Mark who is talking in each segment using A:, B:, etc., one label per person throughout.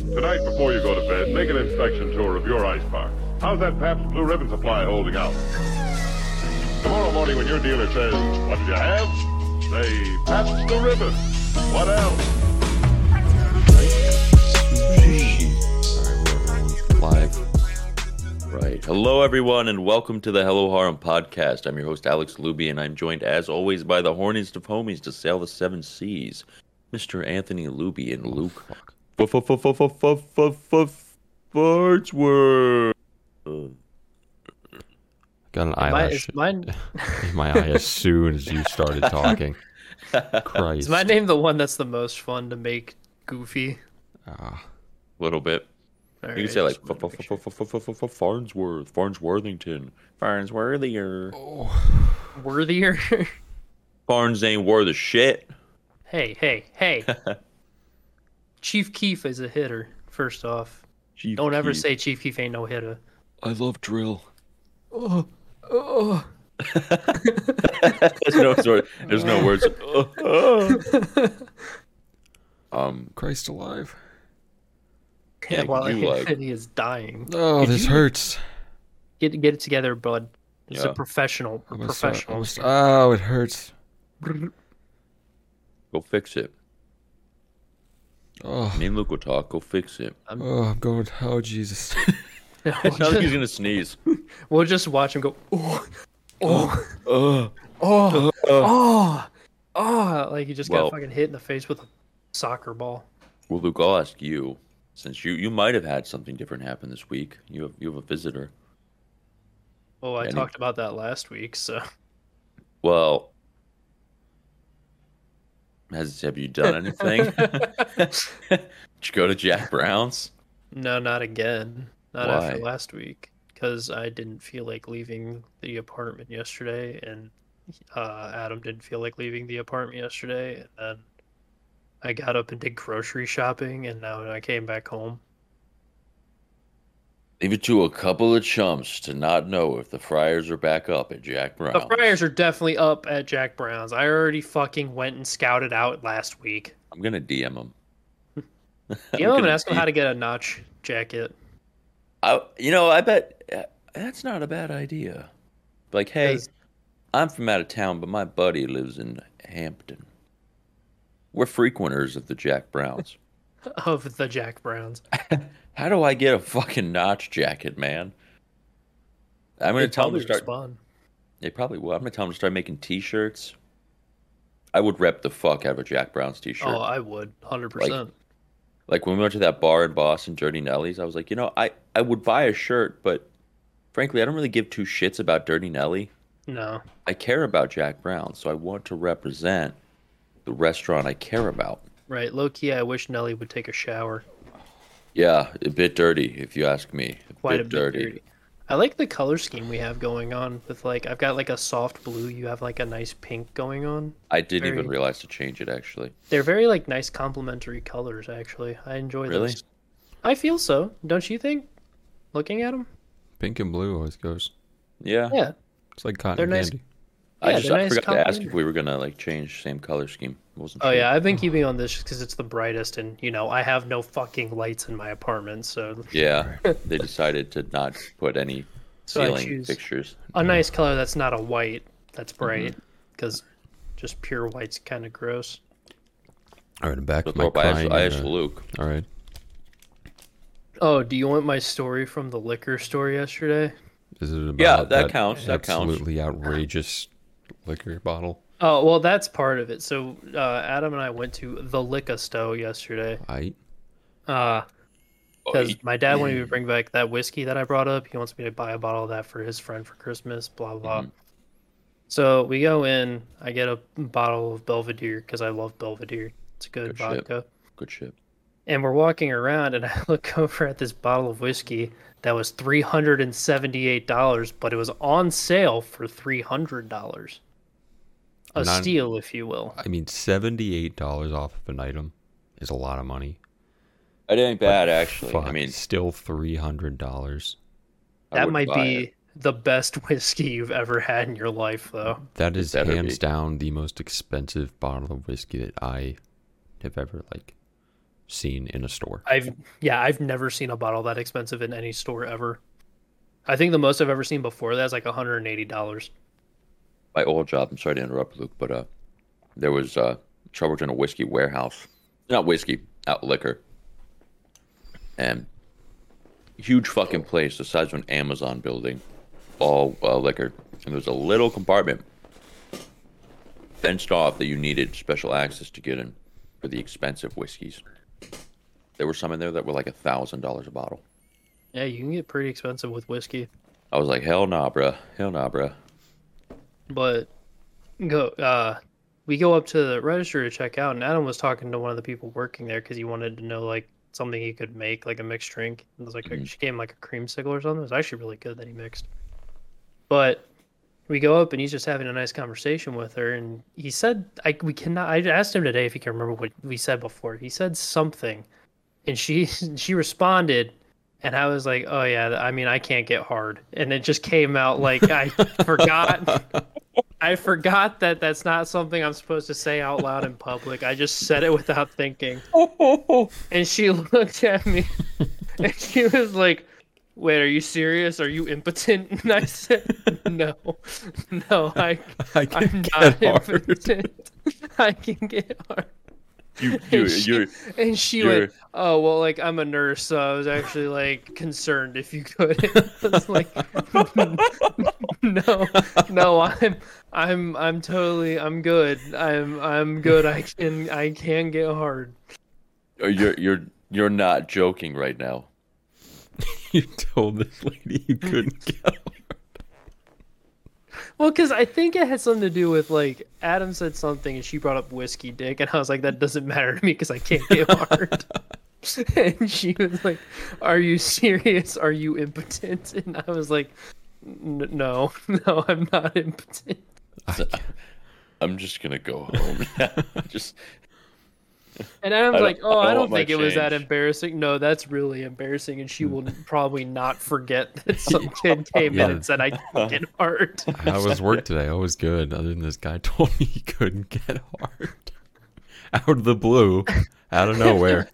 A: Tonight, before you go to bed, make an inspection tour of your icebox. How's that Pabst Blue Ribbon supply holding out? Tomorrow morning, when your dealer says, What did you have? Say, Pabst Blue Ribbon. What else?
B: Live. Right. Hello, everyone, and welcome to the Hello Harem podcast. I'm your host, Alex Luby, and I'm joined, as always, by the horniest of homies to sail the seven seas, Mr. Anthony Luby and Luke Fartsworth.
C: Got an
D: My,
C: eyelash
D: is mine
C: in my eye as soon as you started talking. Christ.
D: is my name the one that's the most fun to make goofy?
C: Ah,
B: little bit.
D: All
B: You can
D: right,
B: say, like,
D: just wanted to make sure.
B: Farnsworth, Farnsworthington, Farnsworthier.
D: worthier.
B: Farns ain't worth a shit.
D: hey, hey, hey. Chief Keef is a hitter. First off,
B: Chief
D: don't ever
B: Keef.
D: say Chief Keef ain't no hitter.
B: I love drill.
D: Oh,
B: There's no sort. There's no words. um.
C: Christ alive.
B: Yeah,
D: yeah, while
B: you, like-
D: Anthony is dying,
C: Oh, this hurts.
D: get get it together, bud. It's
B: Yeah.
D: a professional. We're
C: I'm so- I'm
D: professionals.
C: so- oh, it hurts.
B: Go fix it.
C: Oh,
B: Me and Luke will talk. Go fix it.
C: oh, I'm going. Oh, Jesus.
B: It sounds like he's gonna sneeze.
D: We'll just watch him go. Oh, oh,
B: Oh,
D: oh, oh, oh. Like he just
B: Well-
D: got fucking hit in the face with a soccer ball.
B: well, Luke, I'll ask you, since you you might have had something different happen this week. You have you have a visitor.
D: Oh, I
B: Any-
D: talked about that last week, so
B: Well, has have you done anything? Did you go to Jack Brown's?
D: no, not again. Not after
B: Why?
D: last week because I didn't feel like leaving the apartment yesterday, and uh, Adam didn't feel like leaving the apartment yesterday, and I got up and did grocery shopping, and now I came back home.
B: Leave it to a couple of chumps to not know if the Friars are back up at Jack Brown's.
D: The Friars are definitely up at Jack Brown's. I already fucking went and scouted out last week.
B: I'm gonna DM him.
D: You know, I'm gonna ask him how to get a notch jacket.
B: I, you know, I bet uh, that's not a bad idea. Like, hey,
D: 'Cause-
B: I'm from out of town, but my buddy lives in Hampton. We're frequenters of the Jack Browns.
D: of the Jack Browns.
B: how do I get a fucking notch jacket, man? I'm gonna
D: They'd
B: tell him
D: probably
B: to start.
D: respond.
B: They probably will. I'm gonna tell him to start making T-shirts. I would rep the fuck out of a Jack Brown's T-shirt.
D: Oh, I would, hundred percent.
B: Like when we went to that bar in Boston, Dirty Nelly's, I was like, you know, I, I would buy a shirt, but frankly, I don't really give two shits about Dirty Nelly.
D: No,
B: I care about Jack Brown, so I want to represent the restaurant I care about.
D: right? Low key, I wish Nelly would take a shower.
B: Yeah, a bit dirty, if you ask me. A
D: Quite
B: bit
D: a bit dirty. I like the color scheme we have going on with like I've got like a soft blue, you have like a nice pink going on.
B: I didn't even
D: Very-
B: realize to change it actually.
D: They're very like nice complementary colors actually. I enjoy
B: Really?
D: those. I feel so, don't you think? Looking at them?
C: Pink and blue always goes.
B: Yeah.
D: Yeah.
C: It's like cotton
D: They're nice.
C: candy.
B: I
D: yeah,
B: just
D: they're
B: I
D: nice
B: forgot to ask if
D: complement-
B: we were gonna like change same color scheme. Wasn't
D: Oh
B: sure.
D: yeah, I've been keeping on this because it's the brightest, and you know I have no fucking lights in my apartment, so
B: Yeah. they decided to not put any
D: So I
B: ceiling Mm-hmm.
D: choose-
B: fixtures.
D: a nice color that's not a white that's bright because just pure white's kind of gross.
C: All right, I'm back
B: So
C: with my
B: Thorpe, I asked,
C: crying
B: I
C: and,
B: asked
C: uh,
B: Luke.
C: All right.
D: Oh, do you want my story from the liquor store yesterday?
C: Is it about
B: Yeah, that counts, that counts.
C: absolutely outrageous liquor bottle?
D: Oh, well, that's part of it. So uh, Adam and I went to the liquor store yesterday
C: I
D: because
B: Oi.
D: my dad wanted me to bring back that whiskey that I brought up. He wants me to buy a bottle of that for his friend for Christmas, blah, blah. So we go in. I get a bottle of Belvedere because I love Belvedere. It's good,
B: Good shit.
D: vodka.
B: Good shit.
D: and we're walking around and i look over at this bottle of whiskey that was $378 but it was on sale for $300 a
C: Not-
D: steal if you will
C: I mean, seventy-eight dollars off of an item is a lot of money.
B: It ain't bad actually. I
C: Fuck,
B: mean
C: still three hundred dollars.
B: I
D: that
B: would
D: might
B: buy
D: be
B: it.
D: the best whiskey you've ever had in your life though
C: That is
B: better
C: hands
B: be.
C: down the most expensive bottle of whiskey that I have ever like seen in a store.
D: I've yeah, I've never seen a bottle that expensive in any store ever. I think the most I've ever seen before that is like hundred and eighty dollars.
B: my old job. I'm sorry to interrupt, Luke, but uh, there was uh, trouble in a whiskey warehouse, not whiskey, out liquor, and huge fucking place the size of an Amazon building, all uh, liquor, and there's a little compartment fenced off that you needed special access to get in for the expensive whiskeys. There were some in there that were like a thousand dollars a bottle.
D: Yeah, you can get pretty expensive with whiskey.
B: I was like, hell nah, bruh. Hell nah, bruh.
D: But go uh we go up to the register to check out and Adam was talking to one of the people working there because he wanted to know like something he could make, like a mixed drink. And it was like a,
B: Mhm.
D: she gave him like a creamsicle or something. It was actually really good that he mixed. But we go up and he's just having a nice conversation with her and he said I we cannot I asked him today if he can remember what we said before. He said something and she she responded and I was like, "Oh yeah, I mean, I can't get hard." And it just came out like I forgot I forgot that that's not something I'm supposed to say out loud in public. I just said it without thinking. And she looked at me and she was like, Wait, are you serious? Are you impotent? And I said, No, no, I,
C: I
D: I'm
C: can
D: not
C: get hard.
D: impotent. I can get hard.
B: You, you,
D: And she-
B: you,
D: And she
B: You're-
D: went, "Oh well, like I'm a nurse, so I was actually like concerned if you could." I was like, "No, no, I'm, I'm, I'm totally, I'm good. I'm, I'm good. I can, I can get hard."
B: Uh, You're you're you're not joking right now.
C: you told this lady you couldn't get
D: Well, because I think it had something to do with like Adam said something, and she brought up whiskey dick, and I was like, "That doesn't matter to me because I can't get hard." and she was like, "Are you serious? Are you impotent?" And I was like, "N- "No, no, I'm not impotent."
B: I'm just gonna go home. just
D: And Adam's
B: I don't-
D: like, "Oh,
B: I
D: I
B: don't
D: don't
B: want my
D: think it was that
B: change."
D: embarrassing. No, that's really embarrassing." And she will probably not forget that some kid came in
C: Yeah.
D: and said, "I can't get hard."
C: How was work today? I was good. Other than this guy told me he couldn't get hard. Out of the blue, out of nowhere.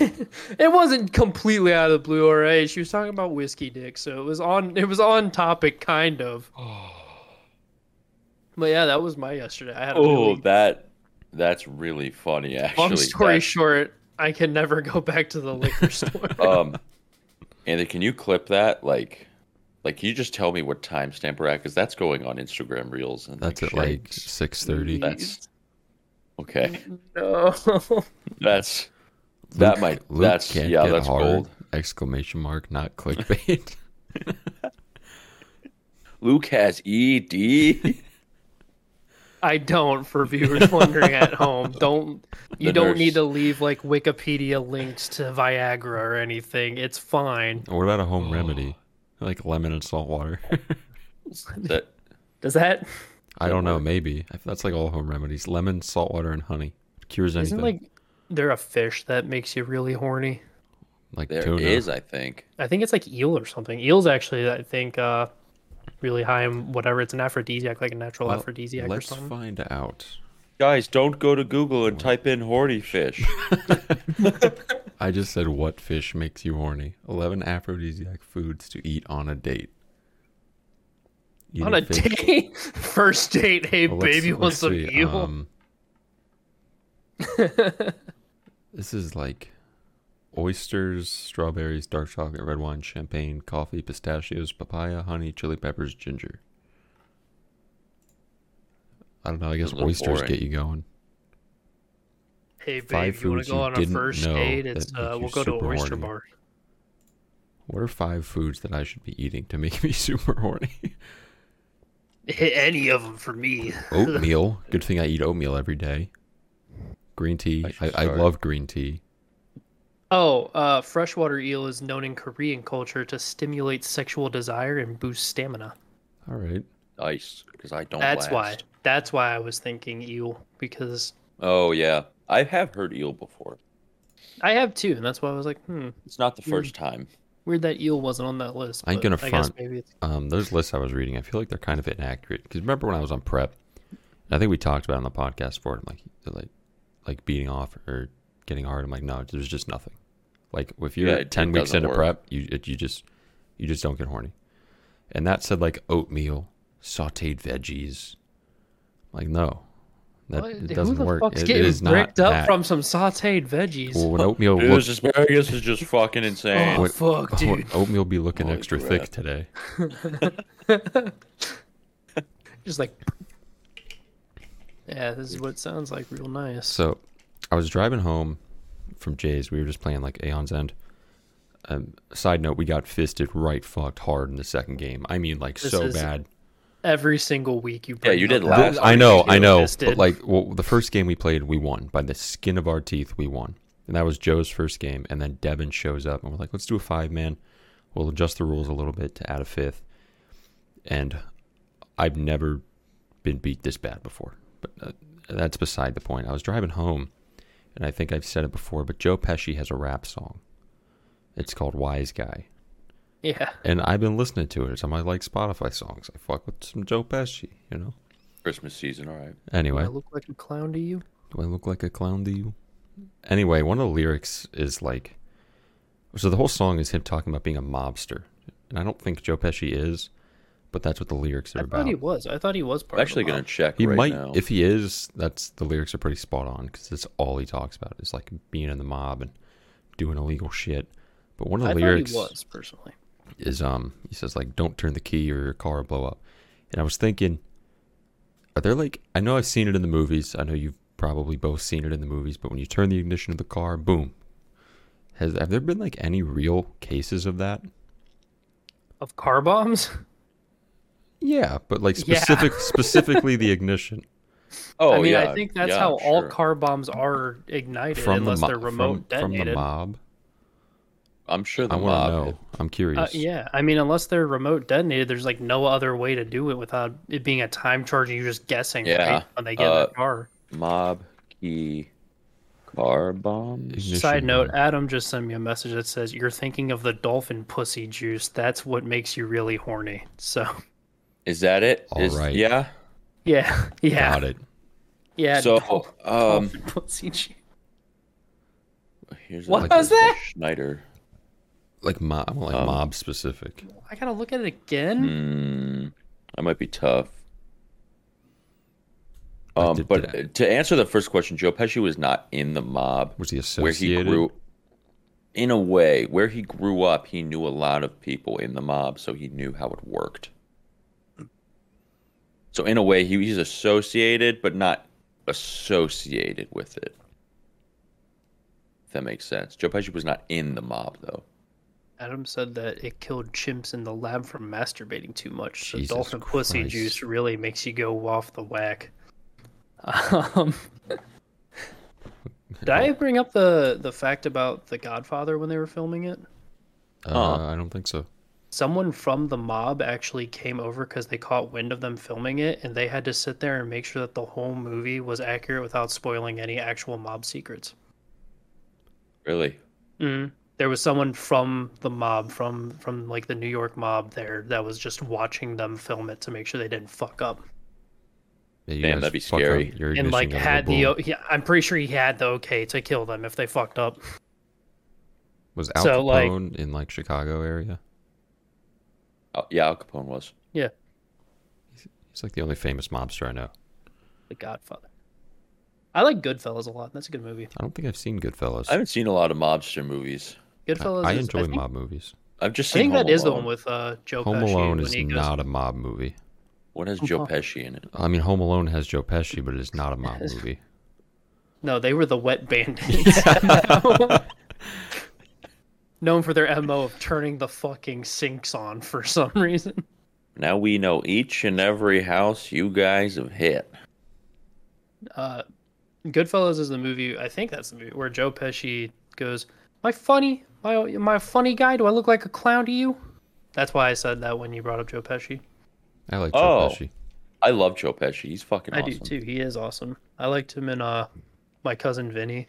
D: It wasn't completely out of the blue, all right. She was talking about whiskey dick, so it was on. It was on topic, kind of. But yeah, that was my yesterday. I had a
B: oh,
D: really,
B: that that's really funny. Actually,
D: long story
B: That-
D: short, I can never go back to the liquor store.
B: um, Anthony, can you clip that? Like, like, can you just tell me what timestamp we're at? Because that's going on Instagram Reels, and
C: That's at
B: shit.
C: like six thirty.
B: that's okay.
D: no,
B: That's that might that's yeah, that's gold.
C: Exclamation mark, not clickbait.
B: Luke has E ED.
D: I don't. For viewers wondering at home, don't you
B: The
D: don't
B: nurse.
D: need to leave like Wikipedia links to Viagra or anything. It's fine.
C: what about a home remedy? Like lemon and salt water.
B: that
D: Does that
C: I don't know. Maybe I- that's like all home remedies: lemon, salt water, and honey. Cures anything.
D: isn't like there a fish that makes you really horny?
C: like
B: there is,
C: tuna.
B: I think.
D: I think it's like eel or something. Eel's actually, I think, uh, really high in whatever. It's an aphrodisiac, like a natural
C: Well,
D: aphrodisiac or
C: Let's
D: something.
C: find out.
B: Guys, don't go to Google and type in horny fish.
C: I just said what fish makes you horny? Eleven aphrodisiac foods to eat on a date. Eating
D: On a
C: fish-
D: date, first date, hey
C: Well, let's-
D: baby,
C: let's
D: want some
C: see,
D: eel?
C: um, this is like oysters, strawberries, dark chocolate, red wine, champagne, coffee, pistachios, papaya, honey, chili peppers, ginger. I don't know. I guess
B: Those look
C: oysters
B: boring.
C: get you going.
D: hey babe,
C: five
D: you want
C: foods
D: to
C: you
D: go on a
C: didn't
D: first
C: know
D: date?
C: that
D: It's
C: make
D: uh,
C: you
D: we'll go to an
C: super
D: oyster
C: horny.
D: bar.
C: What are five foods that I should be eating to make me super horny?
D: Hit any of them for me.
C: oatmeal. Good thing I eat oatmeal every day. Green tea.
B: I
C: I,
B: should
C: I,
B: start.
C: love green tea.
D: Oh, uh, freshwater eel is known in Korean culture to stimulate sexual desire and boost stamina.
C: All right.
B: Ice, because I don't.
D: That's
B: last.
D: why. That's why I was thinking eel because
B: Oh yeah, I have heard eel before.
D: I have two, and that's why I was like, hmm,
B: It's not the first time.
D: weird that eel wasn't on that list.
C: I ain't
D: but
C: gonna
D: I guess
C: front.
D: maybe it's
C: Um, those lists I was reading, I feel like they're kind of inaccurate. Because remember when I was on prep, I think we talked about it on the podcast before. I'm like, like, like beating off or getting hard. I'm like, no, there's just nothing. Like if you're
B: Yeah, it-
C: ten
B: it
C: weeks
B: doesn't
C: into
B: work.
C: prep, you it, you just you just don't get horny. And that said, like oatmeal, sautéed veggies. Like no, that
D: What-
C: it doesn't
D: Who the
C: work.
D: fuck's
C: It, it
D: getting
C: is not
D: bricked up
C: that.
D: from some sautéed veggies?
C: Well, when oatmeal
B: Dude,
C: looks,
B: this asparagus is just fucking insane.
D: Oh,
C: what-
D: fuck,
C: when
D: dude.
C: oatmeal be looking
B: Holy
C: extra
B: crap.
C: thick today.
D: Just like, yeah, this is what it sounds like. Real nice.
C: So I was driving home from Jay's. We were just playing like Aeon's End. Um, side note, we got fisted right fucked hard in the second game. I mean, like
D: This
C: so
D: is-
C: bad.
D: Every single week you.
B: Yeah,
D: bring
B: you did
D: up
B: last
D: that
C: I
D: week
C: know,
D: you
C: I know.
D: fisted.
C: But like well, the first game we played, we won by the skin of our teeth. We won, and that was Joe's first game. And then Devin shows up, and we're like, "Let's do a five man. We'll adjust the rules a little bit to add a fifth. And I've never been beat this bad before. But uh, that's beside the point. I was driving home, and I think I've said it before, but Joe Pesci has a rap song. It's called "Wise Guy."
D: yeah,
C: And I've been listening to it. It's on my like Spotify songs. I fuck with some Joe Pesci, you know.
B: Christmas season, all right.
C: Anyway,
D: I look like a clown to you.
C: do I look like a clown to you? Anyway, one of the lyrics is like, so the whole song is him talking about being a mobster, and I don't think Joe Pesci is, but that's what the lyrics are
D: I
C: about.
D: thought he was. I thought he was part.
B: I'm actually
D: of the
B: gonna
D: mob.
B: check
C: He
B: right
C: might,
B: now.
C: if he is, that's the lyrics are pretty spot on because that's all he talks about is like being in the mob and doing illegal shit. But one of
D: I
C: the
D: thought
C: lyrics
D: he was personally.
C: is um he says like don't turn the key or your car will blow up and i was thinking are there like i know i've seen it in the movies i know you've probably both seen it in the movies but when you turn the ignition of the car boom has have there been like any real cases of that
D: Of car bombs?
C: yeah but like
D: Yeah.
C: specific specifically the ignition
B: oh
D: I mean,
B: yeah,
D: I think that's
B: yeah,
D: how
B: I'm
D: all
B: sure.
D: car bombs are ignited
C: from the
D: unless
C: mob
D: they're remote
C: from, from
D: detonated.
C: the mob
B: I'm sure the
C: i want
B: mob.
C: to know i'm curious
D: Uh, yeah, I mean, unless they're remote detonated, there's like no other way to do it without it being a time charge. and You're just guessing,
B: Yeah,
D: right? When they get
B: uh,
D: in the car.
B: Mob key car bombs.
C: Ignition
D: Side note:
C: bomb.
D: Adam just sent me a message that says you're thinking of the dolphin pussy juice. That's what makes you really horny. So,
B: Is that it?
C: All
B: Is-
C: right.
B: Yeah.
D: yeah, yeah,
C: got it
D: yeah.
B: So
D: dol-
B: um,
D: dolphin pussy juice.
B: here's
D: What
B: like
D: was
B: a- a
D: that?
B: Schneider.
C: like mob I want, like
B: Um,
C: mob specific
D: I gotta look at it again.
B: Hmm. that might be tough.
C: I
B: Um,
C: did
B: but
C: that.
B: uh, to answer the first question, Joe Pesci was not in the mob.
C: was he
B: where he
C: associated
B: grew in a way where he grew up he knew a lot of people in the mob so he knew how it worked so in a way he, he's associated but not associated with it if that makes sense joe pesci was not in the mob though
D: Adam said that it killed chimps in the lab from masturbating too much. So
C: Jesus
D: dolphin pussy
C: Christ.
D: juice really makes you go off the whack. Um, did I bring up the the fact about The Godfather when they were filming it?
C: uh, i don't think so
D: Someone from the mob actually came over because they caught wind of them filming it, and they had to sit there and make sure that the whole movie was accurate without spoiling any actual mob secrets.
B: really
D: Mm. There was someone from the mob, from from like the New York mob there, that was just watching them film it to make sure they didn't fuck up.
C: Yeah, you
B: Damn,
C: guys
B: that'd be
C: fuck up.
B: scary.
C: Your ignition
D: and like
C: gotta go
D: had the
C: boom.
D: o- yeah, I'm pretty sure he had the okay to kill them if they fucked up.
C: Was Al
D: So, like-
C: Capone in like Chicago area?
B: Al- Uh, yeah al capone was
D: Yeah,
C: He's like the only famous mobster I know.
D: The Godfather. I like Goodfellas a lot. That's a good movie.
C: I don't think I've seen Goodfellas.
B: i haven't seen a lot of mobster movies
D: Goodfellas.
C: I
D: is,
C: enjoy
D: I think,
C: mob movies.
B: i've just
D: I
B: seen
D: think
B: home
D: that is the
B: Alone.
D: one with uh, Joe
C: Home
D: Pesci
C: Alone
D: when
C: is
D: he goes-
C: not a mob movie.
B: what has joe pesci in it
C: I mean, Home Alone has Joe Pesci, but it is not a mob movie.
D: No, they were the Wet Bandits. Known for their mo of turning the fucking sinks on for some reason.
B: now we know each and every house you guys have hit
D: uh, Goodfellas is the movie. I think that's the movie where Joe Pesci goes, "My funny, my my funny guy. Do I look like a clown to you?" That's why I said that when you brought up Joe Pesci.
C: I like
B: Oh,
C: Joe Pesci.
B: i love joe pesci he's fucking
D: I
B: awesome
D: do too. He is awesome. I liked him in uh, my cousin Vinny.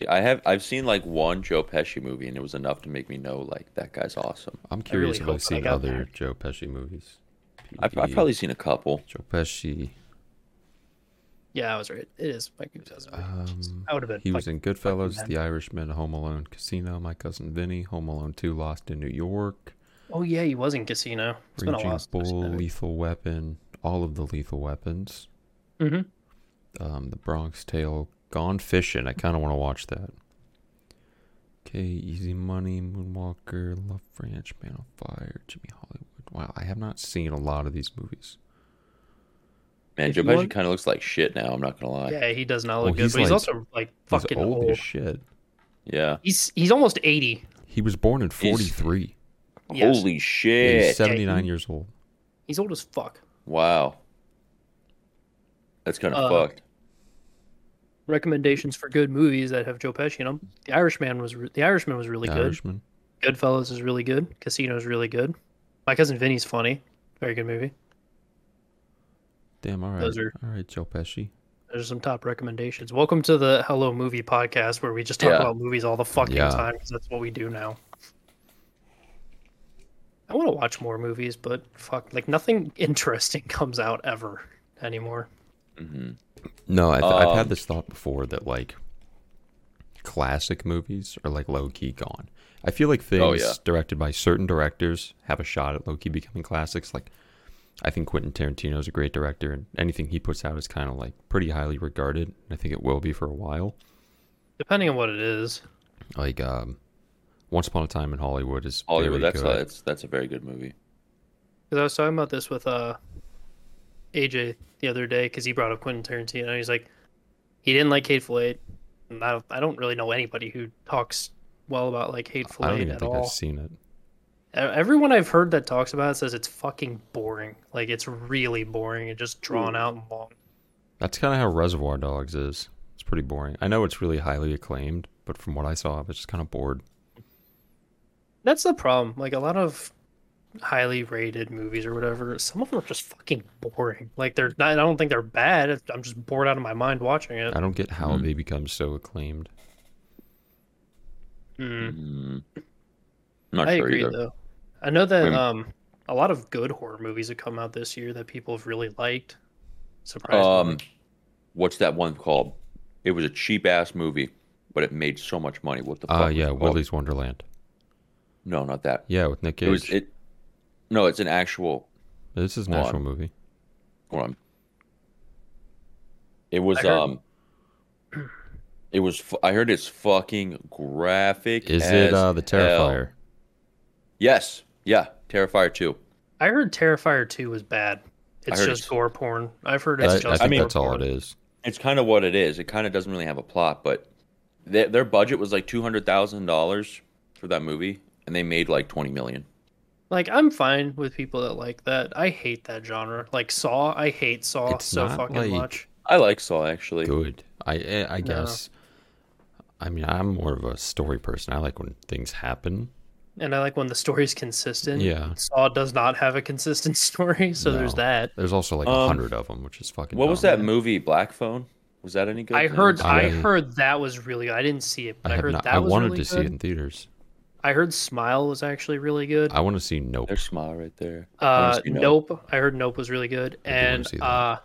B: See, I have I've seen like one Joe Pesci movie, and it was enough to make me know like that guy's awesome.
C: I'm curious
D: hope
C: if I've
D: that I
C: seen
D: got
C: other
D: that.
C: Joe Pesci movies.
B: I've, I've
C: PD,
B: probably seen a couple.
C: Joe Pesci.
D: Yeah, I was right. It is my 2003.
C: Um,
D: I would have been.
C: He was
D: fucking-
C: in Goodfellas,
D: fucking
C: The Irishman, Home Alone, Casino, My Cousin Vinny, Home Alone 2, Lost in New York,
D: Oh yeah, he was in Casino. It's been a
C: Raging
D: while. since I've seen
C: Bull,
D: that movie.
C: Lethal Weapon, all of the Lethal Weapons,
D: Mhm.
C: um, The Bronx Tale, Gone Fishing. I kind of want to watch that. Okay, Easy Money, Moonwalker, Love Ranch, Man on Fire, Jimmy Hollywood. Wow, I have not seen a lot of these movies.
B: Man,
D: If
B: Joe
D: you
B: Pesci
D: want-
B: kind of looks like shit now. I'm not gonna lie.
D: Yeah, he does not
C: Well,
D: look good,
C: he's
D: but he's
C: like-
D: also like
C: He's
D: fucking
C: old
D: old.
C: as shit.
B: Yeah.
D: He's he's almost eighty.
C: He was born in 43.
D: Yes.
B: Holy
C: He's
B: shit!
C: 79 years old.
D: He's old as fuck.
B: Wow. That's kind of
D: Uh,
B: fucked.
D: Recommendations for good movies that have Joe Pesci in them. The Irishman was re- The Irishman was really
C: The
D: good.
C: Irishman.
D: Goodfellas is really good. Casino is really good. My cousin Vinny's funny. Very good movie.
C: Damn, all right.
D: Those are-
C: All right, Joe Pesci.
D: Those are some top recommendations. Welcome to the Hello Movie podcast, where we just talk
B: Yeah.
D: about movies all the fucking
C: Yeah.
D: time 'cause time because that's what we do now. I want to watch more movies, but fuck, like nothing interesting comes out ever anymore.
B: hmm
C: No, I th- I've
B: Um,
C: had this thought before that like classic movies are like low key gone. I feel like things
B: Oh, yeah.
C: directed by certain directors have a shot at low key becoming classics. Like, I think Quentin Tarantino is a great director, and anything he puts out is kind of like pretty highly regarded. And I think it will be for a while.
D: Depending on what it is,
C: Like, um, Once Upon a Time in Hollywood is
B: Hollywood.
C: very
B: Oh, That's a,
C: good.
B: that's that's a very good movie.
D: because I was talking about this with uh AJ the other day because he brought up Quentin Tarantino. And he's like, he didn't like Hateful Eight. And I don't, I don't really know anybody who talks well about like Hateful
C: I don't
D: Eight
C: even
D: at
C: think
D: all.
C: I've seen it.
D: E- Everyone I've heard that talks about it says it's fucking boring. Like it's really boring and just drawn
C: Hmm.
D: out and long.
C: That's kind of how Reservoir Dogs is. It's pretty boring. I know it's really highly acclaimed, but from what I saw, I was just kind of bored.
D: That's the problem. Like a lot of highly rated movies or whatever, some of them are just fucking boring. Like they're not, I don't think they're bad. it's- I'm just bored out of my mind watching it.
C: I don't get how
B: Mhm.
C: they become so acclaimed.
D: Mm.
B: Mm. I'm not
D: I
B: sure
D: agree
B: either.
D: though. I know that
B: Wait a-
D: um a lot of good horror movies have come out this year that people have really liked. Surprisingly.
B: Um, what's that one called? It was a cheap ass movie, but it made so much money. What the fuck?
C: Oh
B: was
C: yeah,
B: it called?
C: Willy's Wonderland.
B: No, not that.
C: Yeah, with Nick Cage.
B: It was it. No, it's an actual
C: this is an
B: Hold
C: actual
B: on.
C: movie.
B: Hold on. It was
D: I heard-
B: um. It was. fu- I heard it's fucking graphic.
C: Is
B: as
C: it uh, the
B: hell.
C: Terrifier?
B: Yes. Yeah. Terrifier two.
D: I heard Terrifier 2 was bad. It's
B: heard
D: just
B: it's-
D: gore porn. I've heard
C: I,
D: it's
C: I
D: just
C: think
B: I mean-
C: that's all it is.
B: It's kind of what it is. It kind of doesn't really have a plot, but their their budget was like two hundred thousand dollars for that movie, and they made like twenty million.
D: Like I'm fine with people that like that. I hate that genre. Like Saw, I hate Saw
C: It's
D: so
C: not,
D: fucking
C: like,
D: much.
B: I like Saw actually.
C: Good. I I, I
D: No.
C: guess. I mean, I'm more of a story person. I like when things happen.
D: And I like when the story's consistent.
C: Yeah.
D: Saw does not have a consistent story, so there's
C: No.
D: that.
C: There's also like a
B: Um,
C: hundred of them, which is fucking.
B: What was
C: dumb.
B: that movie, Black Phone? Was that any good?
D: I heard
C: I-
D: I, heard that was really good. I didn't see it, but
C: I,
D: I,
C: have
D: heard
C: not.
D: that
C: I
D: was
C: wanted
D: really
C: to see
D: good.
C: it in theaters.
D: I heard Smile was actually really good.
C: I want to see Nope.
B: There's smile right there.
D: Uh,
B: honestly, no.
D: nope. I heard Nope was really good.
C: wanna
D: And
C: see that.
D: uh,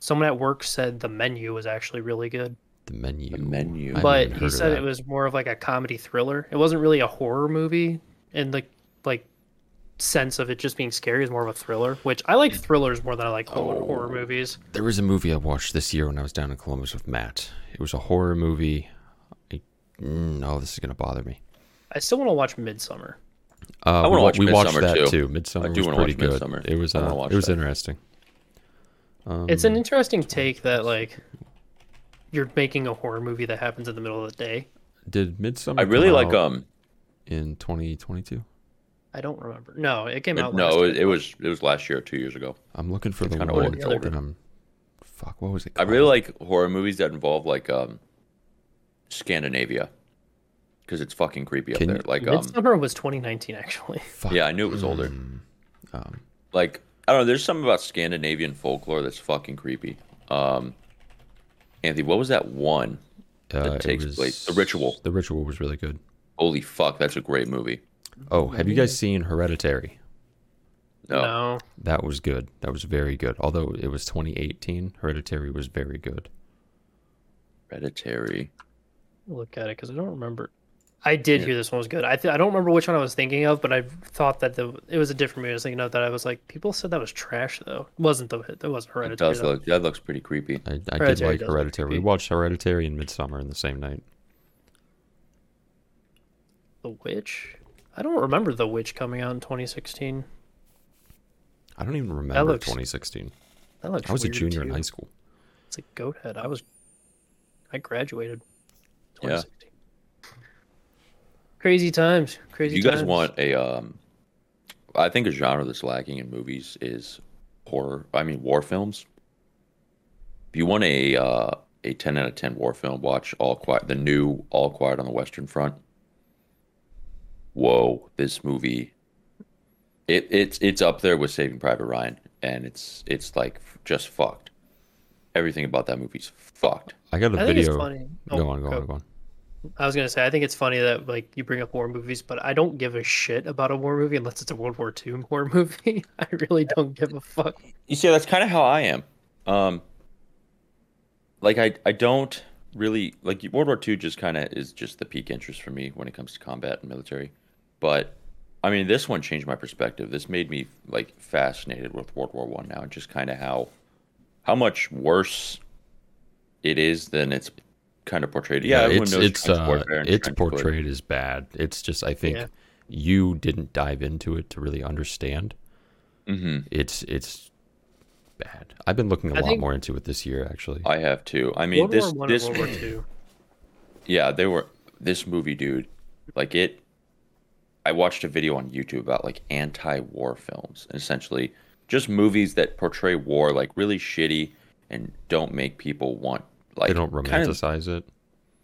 D: someone at work said the menu was actually really good.
C: the menu.
B: The Menu.
C: I haven't
D: but
C: even heard
D: he
C: of
D: said
C: that.
D: it was more of like a comedy thriller. It wasn't really a horror movie, and like like sense of it just being scary is more of a thriller. Which I like thrillers more than I like horror,
C: Oh.
D: horror movies.
C: There was a movie I watched this year when I was down in Columbus with Matt. It was a horror movie. I, mm, oh, this is gonna bother me.
D: I still want to watch Midsummer.
C: Uh,
B: I
C: we,
B: wanna
C: wa-
B: watch
C: we watched
B: Midsommar,
C: that
B: too.
C: too. Midsummer
B: I do
C: was
B: wanna
C: pretty
B: watch
C: good.
B: Midsommar.
C: It was
B: I wanna
C: uh,
B: watch
C: it was
B: that.
C: interesting. Um,
D: It's an interesting take that like you're making a horror movie that happens in the middle of the day.
C: did Midsummer.
B: I really
C: come
B: like
C: out
B: um.
C: in 2022.
D: I don't remember. No, it came out. last
B: No,
D: year.
B: it, it was it was last year, or two years ago.
C: I'm looking for the
B: kinda
C: one
B: old.
D: It's older.
C: and I'm fuck. What was it?
B: I
C: Called?
B: really like horror movies that involve like um Scandinavia because it's fucking creepy up
C: Can
B: there.
C: you-
B: Like um
D: Midsummer was 2019 actually.
C: Fuck.
B: yeah, I knew it was older.
C: Um,
B: Like I don't know, there's something about Scandinavian folklore that's fucking creepy. Um Anthony, what was that one?
C: uh, it
B: takes
C: was-
B: place- The Ritual.
C: The ritual was really good.
B: Holy fuck, that's a great movie.
C: Oh, have you guys seen Hereditary?
B: No.
D: No.
C: That was good. That was very good. Although it was 2018, Hereditary was very good.
B: Hereditary.
D: Look at it because I don't remember. I did
B: Yeah.
D: hear this one was good. I th- I don't remember which one I was thinking of, but I thought that the it was a different movie. I was thinking of that. I was like, people said that was trash though. It wasn't the it wasn't
B: It
D: hereditary.
B: does
D: though.
B: look. That looks pretty creepy.
C: I, I did
D: Hereditary
C: like
D: does look
C: Hereditary. We
D: creepy.
C: watched Hereditary and Midsummer in the same night.
D: The Witch. I don't remember The Witch coming out in 2016.
C: I don't even remember
D: looks-
C: 2016.
D: That looks.
C: I was a
D: weird,
C: junior in
D: too.
C: high school.
D: It's like Goathead. I was, I graduated.
B: Yeah.
D: 2016. Crazy times. Crazy.
B: you guys
D: times.
B: want a um i think a genre that's lacking in movies is horror i mean war films if you want a uh a 10 out of 10 war film watch all quiet the new all quiet on the western front whoa this movie it it's it's up there with saving private ryan and it's it's like just fucked everything about that movie's fucked
C: I got a
D: I think it's
C: video.
D: funny.
C: Go
D: Oh,
C: on, go
D: go.
C: on, go on.
D: I was gonna say I think it's funny that like you bring up war movies, but I don't give a shit about a war movie unless it's a World War II war movie. I really don't give a fuck.
B: you see that's kind of how i am um like i i don't really like world war ii just kind of is just the peak interest for me when it comes to combat and military but i mean this one changed my perspective this made me like fascinated with world war one now and just kind of how how much worse it is than it's kind of portrayed
C: Yeah,
B: everyone
C: it's
B: knows
C: it's
B: trench
C: uh,
B: warfare and
C: it's
B: trench warfare.
C: portrayed as bad. It's just I think
D: Yeah.
C: you didn't dive into it to really understand.
B: Mhm.
C: It's it's bad. I've been looking a
D: I
C: lot
D: think-
C: more into it this year actually.
B: i have too i mean
D: World
B: this
D: War One
B: this
D: and World War Two.
B: yeah they were this movie dude like it i watched a video on youtube about like anti-war films and essentially just movies that portray war like really shitty and don't make people want like
C: they don't
B: kind of-
C: romanticize it.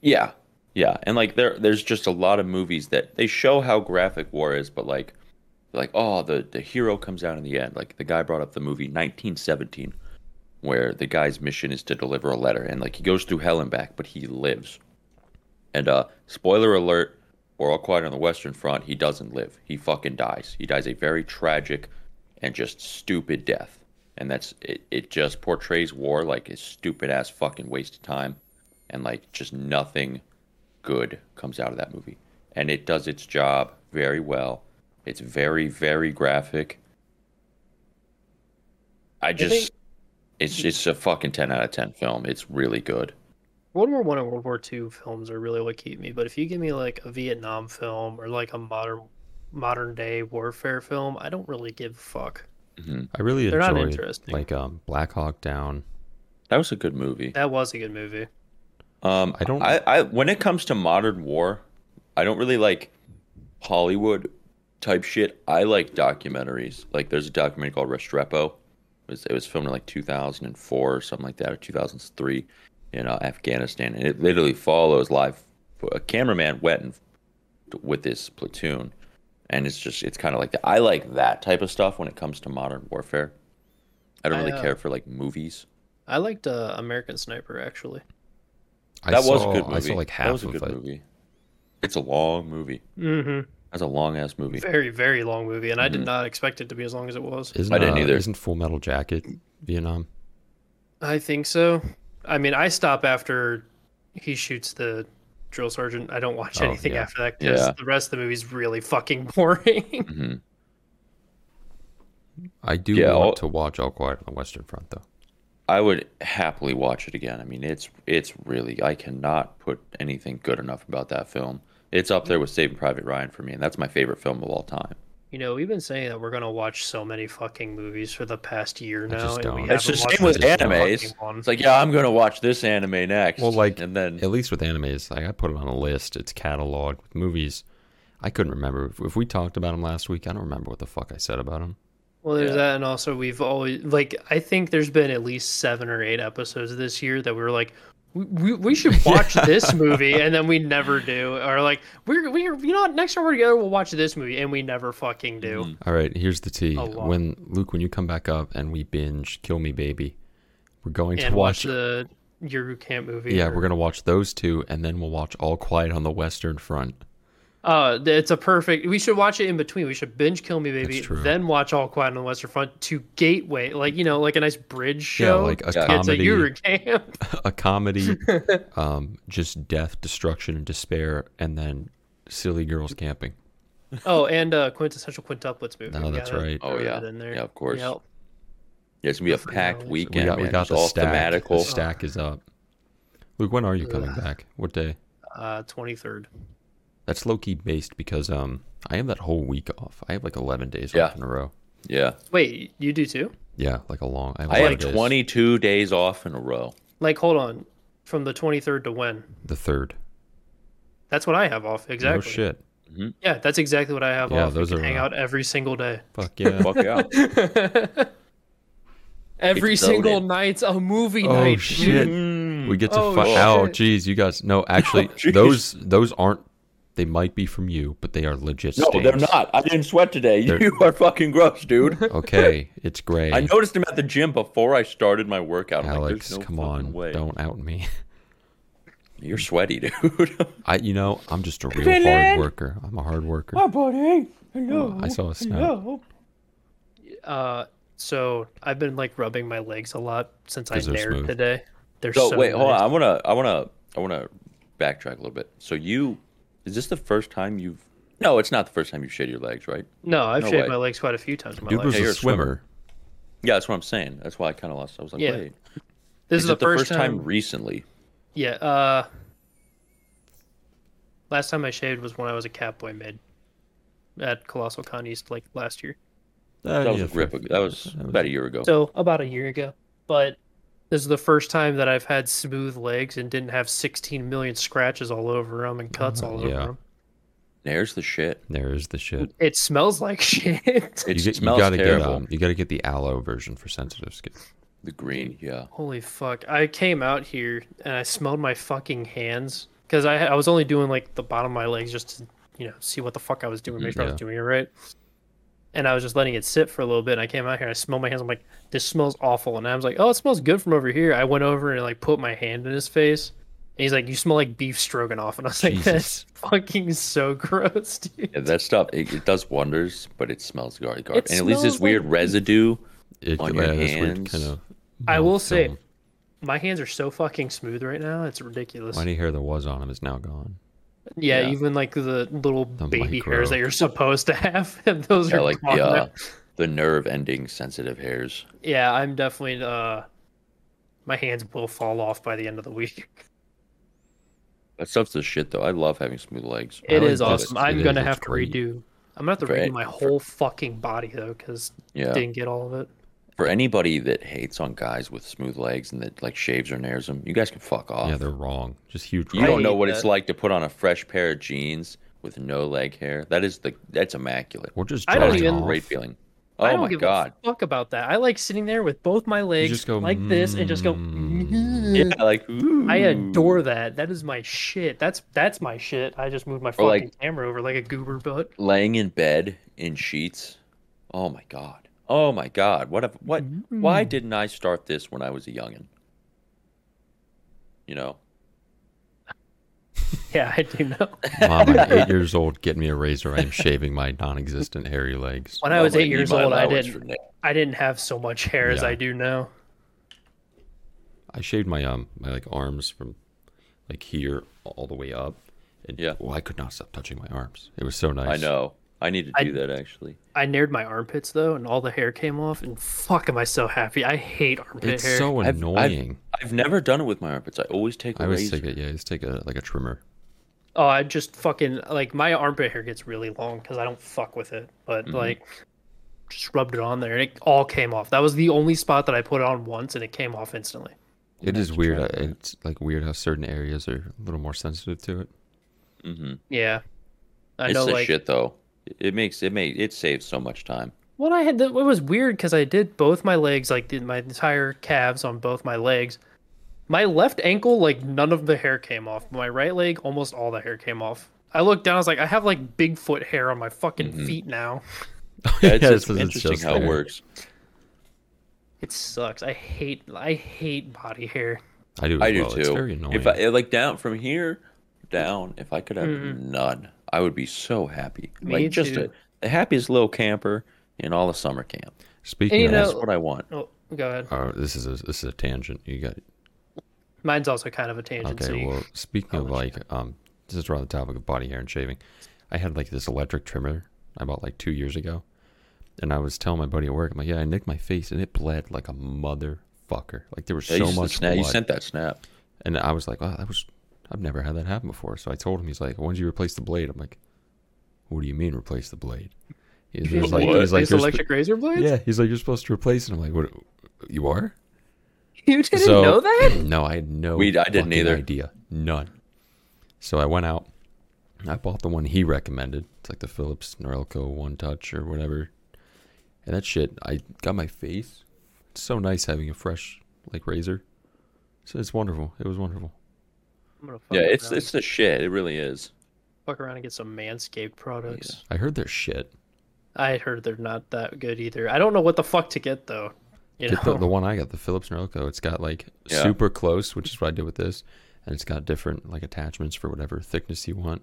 B: yeah. Yeah. And like there there's just a lot of movies that they show how graphic war is, but like like oh the the hero comes out in the end. Like the guy brought up the movie 1917 where the guy's mission is to deliver a letter and like he goes through hell and back, but he lives. And uh spoiler alert, we're all quiet on the western front, he doesn't live. He fucking dies. He dies a very tragic and just stupid death. And that's it it just portrays war like a stupid ass fucking waste of time and like just nothing good comes out of that movie. And it does its job very well. It's very, very graphic. I just,
D: think-
B: it's it's a fucking ten out of ten film. It's really good.
D: World War One and World War Two films are really what keep me. But if you give me like a Vietnam film or like a modern modern day warfare film, I don't really give a fuck.
B: Hmm.
C: I really
D: They're not
C: enjoyed
D: interesting.
C: like um Black Hawk Down.
B: That was a good movie.
D: That was a good movie.
B: Um,
C: I don't-
B: I, I when it comes to modern war, I don't really like Hollywood type shit. I like documentaries. Like there's a documentary called Restrepo. It was, it was filmed in like 2004 or something like that, or 2003 in uh, Afghanistan, and it literally follows live a cameraman went and with this platoon, and it's just it's kind of like that. I like that type of stuff when it comes to modern warfare. I don't
D: I,
B: really
D: uh,
B: care for like movies.
D: I liked uh, American Sniper actually.
C: I
B: that
C: saw,
B: was a good movie.
C: I saw like half
B: that was a
C: of
B: good
C: it.
B: movie. It's a long movie.
D: Mm-hmm.
B: That's a long ass movie.
D: Very very long movie, and I
B: Mm-hmm.
D: did not expect it to be as long as it was.
C: Isn't,
B: I didn't
C: uh,
B: either.
C: Isn't Full Metal Jacket Vietnam?
D: I think so. I mean, I stop after he shoots the drill sergeant. I don't watch
C: Oh,
D: anything
C: yeah. Mm.
D: after that because
B: Yeah.
D: the rest of the movie's really fucking boring.
B: hmm
C: I do
B: Yeah,
C: want
B: I'll-
C: to watch All Quiet on the Western Front though.
B: I would happily watch it again. I mean, it's it's really I cannot put anything good enough about that film. It's up there with Saving Private Ryan for me, and that's my favorite film of all time.
D: you know, we've been saying that we're gonna watch so many fucking movies for the past year now,
C: just
D: and we
C: don't.
B: It's
D: haven't
B: the
D: watched
B: same with
D: a fucking
B: animes.
D: one.
B: It's like, yeah, I'm gonna watch this anime next.
C: Well, like,
B: and then
C: at least with animes, like I put it on a list. It's cataloged with movies. I couldn't remember if, if we talked about them last week. I don't remember what the fuck I said about them.
D: Well, there's
B: Yeah.
D: that, and also we've always like I think there's been at least seven or eight episodes this year that we were like, we, we, we should watch this movie, and then we never do, or like we're we're you know what, next time we're together we'll watch this movie, and we never fucking do.
C: All right, here's the tea.
D: A lot.
C: When Luke, when you come back up and we binge Kill Me Baby, we're going
D: And
C: to watch.
D: watch, the Yuru Camp movie.
C: yeah,
D: or-
C: we're gonna watch those two, and then we'll watch All Quiet on the Western Front.
D: Uh, th- it's a perfect. We should watch it in between. We should binge Kill Me Baby,
C: That's true.
D: then watch All Quiet on the Western Front to Gateway, like you know, like a nice bridge
C: Yeah,
D: show.
C: like a
B: Yeah.
D: it's a
C: comedy,
D: Eurocamp.
C: a comedy, um, just death, destruction, and despair, and then silly girls camping.
D: Oh, and uh, quintessential quintuplets movie.
C: No,
D: We
C: that's
D: gotta
C: right.
B: Oh,
D: throw
B: yeah.
D: that in there.
B: Yeah, of course.
D: Yep.
B: Yeah, it's gonna be a packed
D: Finale.
B: weekend.
C: We got, we
B: man.
C: got
B: It's
C: the
B: all
C: stack. The
B: thematical.
C: stack is up. Luke, when are you coming back? What day?
D: Uh, twenty third.
C: That's low key based because um, I have that whole week off. I have like eleven days
B: Yeah.
C: off in a row.
B: Yeah,
D: Wait, you do too?
C: Yeah, like a long. I have,
B: I
C: 11
B: have
C: days.
B: 22 days off in a row.
D: Like, hold on, from the twenty third to when?
C: The third.
D: That's what I have off. Exactly.
C: No shit.
D: Yeah, that's exactly what I have
C: Yeah,
D: off.
C: those
D: Those
C: are,
D: hang
C: uh,
D: out every single day.
C: Fuck yeah.
B: Fuck yeah.
D: Every
B: It's
D: single
B: loaded.
D: night's a movie
C: oh
D: night.
C: shit. We get to
D: Oh,
C: fuck.
D: shit.
C: Oh jeez, you guys. No, actually,
B: Oh, jeez.
C: those those aren't. They might be from you, but they are legit.
B: No, they're
C: stamps.
B: not. I didn't sweat today.
C: They're-
B: You are fucking gross, dude.
C: Okay, it's gray.
B: I noticed him at the gym before I started my workout. I'm like,
C: Alex,
B: "There's no
C: come
B: fucking
C: on,
B: way."
C: don't out me.
B: You're sweaty, dude.
C: I, you know, I'm just a real hard
B: Dylan!
C: worker. I'm a hard worker. Oh,
B: buddy.
C: I saw a snap
D: Uh, so I've been like rubbing my legs a lot since I
C: 'Cause they're
D: nared
C: smooth.
D: today. They're
B: So,
D: so,
B: wait, hold on.
D: nice.
B: I wanna, I wanna, I wanna backtrack a little bit. So you, is this the first time you've? No, it's not the first time you've shed your legs, right?
D: No, I've
B: No
D: shaved
B: way.
D: my legs quite a few times in my
C: Dude was
D: life.
B: Hey,
C: a
B: you're a swimmer.
C: swimmer.
B: Yeah, that's what I'm saying. That's why I kind of lost. I was like,
D: Yeah.
B: wait,
D: This
B: is,
D: is
B: it
D: the first time.
B: recently?
D: Yeah. Uh, last time I shaved was when I was a catboy mid at Colossal Con East, like last year.
C: Uh,
B: That was
C: yeah,
B: a grip.
C: fair.
B: ago. That was about a year ago.
D: So about a year ago. But this is the first time that I've had smooth legs and didn't have 16 million scratches all over them and cuts
B: Mm-hmm.
D: all over
C: yeah.
D: them.
B: There's the shit.
C: There is the shit.
D: It smells like shit.
B: It
C: You, get, you
B: smells
C: gotta
B: terrible.
C: get um, you gotta get the aloe version for sensitive skin.
B: the green, yeah.
D: Holy fuck. I came out here and I smelled my fucking hands because I, I was only doing like the bottom of my legs just to, you know, see what the fuck I was doing, make sure I
C: Yeah.
D: was doing it right. And I was just letting it sit for a little bit. And I came out here and I smelled my hands. I'm like, this smells awful. And I was like, oh, it smells good from over here. I went over and like put my hand in his face. And he's like, you smell like beef stroganoff. And I was like,
C: Jesus.
D: that's fucking so gross, dude.
B: Yeah, that stuff it, it does wonders, but it smells gar- gar-
D: It
B: and it leaves this
D: smells like-
B: weird residue.
C: It, uh,
B: On your
C: this weird
B: hands.
C: kinda
D: I will say,
C: film.
D: my hands are so fucking smooth right now. It's ridiculous.
C: any hair that was on him is now gone.
D: Yeah,
B: Yeah.
D: even like the little baby
C: micro.
D: hairs that you're supposed to have, and those
B: Yeah,
D: are
B: like
D: gone
B: the uh,
D: now.
B: the nerve ending sensitive hairs.
D: Yeah, I'm definitely. uh My hands will fall off by the end of the week.
B: That stuff's the shit though. I love having smooth legs.
C: like
D: It is
C: this.
D: awesome.
C: It
D: I'm
C: is,
D: gonna
C: it's
D: have to
C: great.
D: redo. I'm gonna have to
B: For
D: redo
B: it-
D: my whole fucking body though, because
B: Yeah.
D: didn't get all of it.
B: For anybody that hates on guys with smooth legs and that like shaves or nares them, you guys can fuck off.
C: Yeah, they're wrong. Just huge.
B: you
C: wrong.
B: don't know
D: hate
B: what it's
D: that.
B: like to put on a fresh pair of jeans with no leg hair. That is the that's immaculate.
C: Or just
D: I don't
B: That
C: drawing
B: is a
D: even-
C: off.
B: great feeling. Oh
D: I don't
B: my
D: give
B: god.
D: a fuck about that. I like sitting there with both my legs
C: just go,
D: like this and just go.
C: "Mm."
B: Yeah, like
D: I
B: ooh.
D: adore that. That is my shit. That's that's my shit. I just moved my fucking
B: like-
D: camera over like a goober butt.
B: laying in bed in sheets. Oh my god. Oh my god. What if what why
D: Mm.
B: didn't I start this when I was a youngin? You know.
D: Yeah, I do know.
C: Mom, I'm eight years old. Get me a razor. I am shaving my non-existent hairy legs.
D: When I was
B: Well,
D: eight
B: need
D: years
B: my
D: old, I
B: allowance
D: didn't.
B: for that.
D: I didn't have so much hair as
C: Yeah.
D: I do now.
C: I shaved my um my like arms from like here all the way up. And,
B: Yeah.
C: Well, I could not stop touching my arms. It was so nice.
B: I know. I need to
D: I-
B: do that actually.
D: I nared my armpits though, and all the hair came off. And fuck, am I so happy? I hate armpit
C: It's
D: hair.
C: so
B: I've- I've-
C: annoying.
B: I've never done it with my armpits. I always take a
C: I always
B: razor.
C: take it. Yeah, just take a like a trimmer.
D: Oh, I just fucking like my armpit hair gets really long because I don't fuck with it. But
C: Mm-hmm.
D: like, just rubbed it on there, and it all came off. That was the only spot that I put it on once, and it came off instantly.
C: It is weird. I- It's like weird how certain areas are a little more sensitive to it.
D: Yeah, I
B: It's
D: know.
B: the
D: Like,
B: shit though. It makes it make it saves so much time.
D: Well, I had the, it was weird because I did both my legs, like did my entire calves on both my legs. My left ankle, like none of the hair came off. My right leg, almost all the hair came off. I looked down, I was like, I have like Bigfoot hair on my fucking
C: Mm-hmm.
D: feet now.
B: Yeah, it's,
C: Yes,
B: it's
C: 'cause it's
B: interesting
C: just
B: how it
C: there.
B: works.
D: It sucks. I hate, I hate body hair.
C: I do. As
B: I do
C: well.
B: too. eh,
C: It's very annoying.
B: If I like down from here down, if I could have none, I would be so happy.
D: Me
B: like just
D: too.
B: a, the happiest little camper in all of summer camp.
C: Speaking
D: you
C: of,
B: That's
D: know-
B: what I want.
D: Oh, go ahead.
C: uh, this is a this is a tangent. You got
D: Mine's also kind of a tangent. so
C: Okay,
D: you-
C: well, speaking of like, um, this is around the topic of body hair and shaving. I had like this electric trimmer I bought like two years ago, and I was telling my buddy at work, I'm like, yeah, I nicked my face and it bled like a motherfucker. Like there was
B: Yeah, you
C: so
B: s-
C: much
B: snap- you
C: blood.
B: sent that snap.
C: and I was like, wow, that was, I've never had that happen before. So I told him, he's like, when did you replace the blade? I'm like, what do you mean replace the blade? He's, he's
D: He's
C: like,
B: What?
C: he's like,
D: these
C: "You're sp-
D: electric razor blades?
C: yeah, he's like, you're supposed to replace it. I'm like, what? You are?
D: You didn't
C: So-
D: know that?
C: No, I had no.
B: We- I didn't
C: fucking
B: either.
C: Idea, none. So I went out. I bought the one he recommended. It's like the Philips Norelco One Touch or whatever. And that shit, I got my face. It's so nice having a fresh like razor. So it's wonderful. It was wonderful.
D: I'm gonna fuck
B: Yeah, it's
D: around,
B: it's the shit. It really is.
D: fuck around and get some Manscaped products.
C: I heard their shit.
D: I heard they're not that good either. I don't know what the fuck to get though. You
C: Get
D: know,
C: the, the one I got, the Philips Norelco. It's got like
B: Yeah.
C: super close, which is what I did with this, and it's got different like attachments for whatever thickness you want.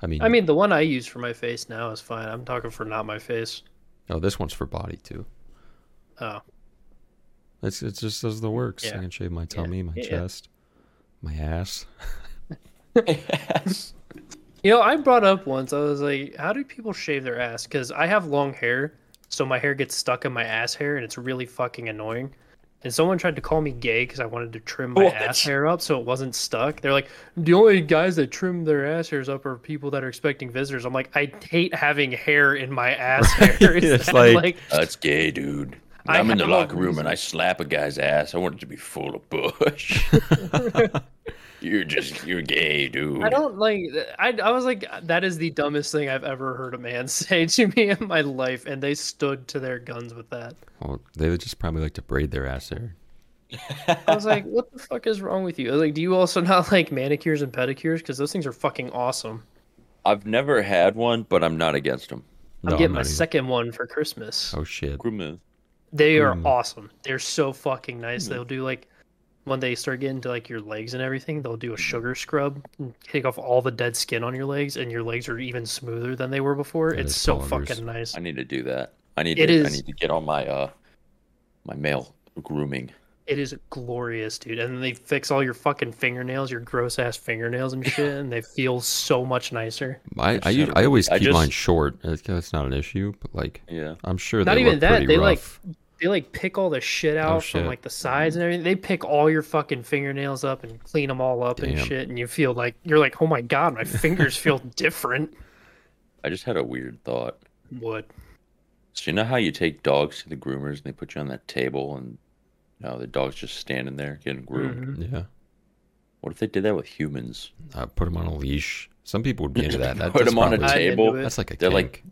C: I mean,
D: I mean the one I use for my face now is fine. I'm talking for not my face.
C: oh, this one's for body too.
D: Oh,
C: It's it just does the works. I
D: Yeah.
C: can shave my tummy, my
D: Yeah, yeah.
C: chest, my ass.
D: you know I brought up once. I was like, how do people shave their ass? Because I have long hair, so my hair gets stuck in my ass hair, and it's really fucking annoying. And someone tried to call me gay because I wanted to trim my
B: What?
D: ass hair up so it wasn't stuck. They're like, the only guys that trim their ass hairs up are people that are expecting visitors. I'm like, I hate having hair in my ass hair.
C: It's
D: It's
C: like-
D: like
B: That's Uh, gay, dude. When
D: I
B: I'm in the
D: have a
B: locker room and I slap a guy's ass. I want it to be full of bush. you're just you're gay, dude.
D: I don't like. I, I was like, that is the dumbest thing I've ever heard a man say to me in my life, and they stood to their guns with that.
C: Well, Oh, they just probably like to braid their ass hair.
D: I was like, what the fuck is wrong with you? I was like, do you also not like manicures and pedicures? Because those things are fucking awesome.
B: I've never had one, but I'm not against them.
C: No,
D: I'm getting
C: I'm
D: my
C: not even-
D: second one for Christmas.
C: Oh shit!
D: They are
C: Mm.
D: awesome. They're so fucking nice. They'll do like when they start getting to like your legs and everything, they'll
C: Mm.
D: do a sugar scrub, and take off all the dead skin on your legs, and your legs are even smoother than they were before.
C: That
D: it's
C: is
D: so
C: bonkers.
D: fucking nice.
B: I need to do that. I need
D: It
B: to, I
D: is-
B: need to get on my uh my male grooming.
D: It is glorious, dude. And then they fix all your fucking fingernails, your gross ass fingernails and shit, and they feel so much nicer.
C: I I,
B: just
C: usu-
B: gotta-
C: I always
B: I
C: keep mine
B: just-
C: short. That's that's not an issue, but like
B: Yeah.
C: I'm sure
D: Not
C: they
D: even
C: look
D: that,
C: pretty
D: they, like,
C: rough. Oh,
D: They like pick all the shit out
C: shit.
D: from like the sides and everything. They pick all your fucking fingernails up and clean them all up and
C: Damn.
D: shit, and you feel like you're like, oh my god, my fingers feel different.
B: I just had a weird thought.
D: What?
B: So you know how you take dogs to the groomers and they put you on that table and you know, the dog's just standing there getting groomed.
D: Mhm.
C: yeah,
B: What if they did that with humans?
C: I uh, put them on a leash. Some people would be into that. that
B: Put
C: that's
B: 'em on a
C: probably-
D: I'd
B: table.
D: into it.
C: That's like a
B: They're
C: kink.
B: like-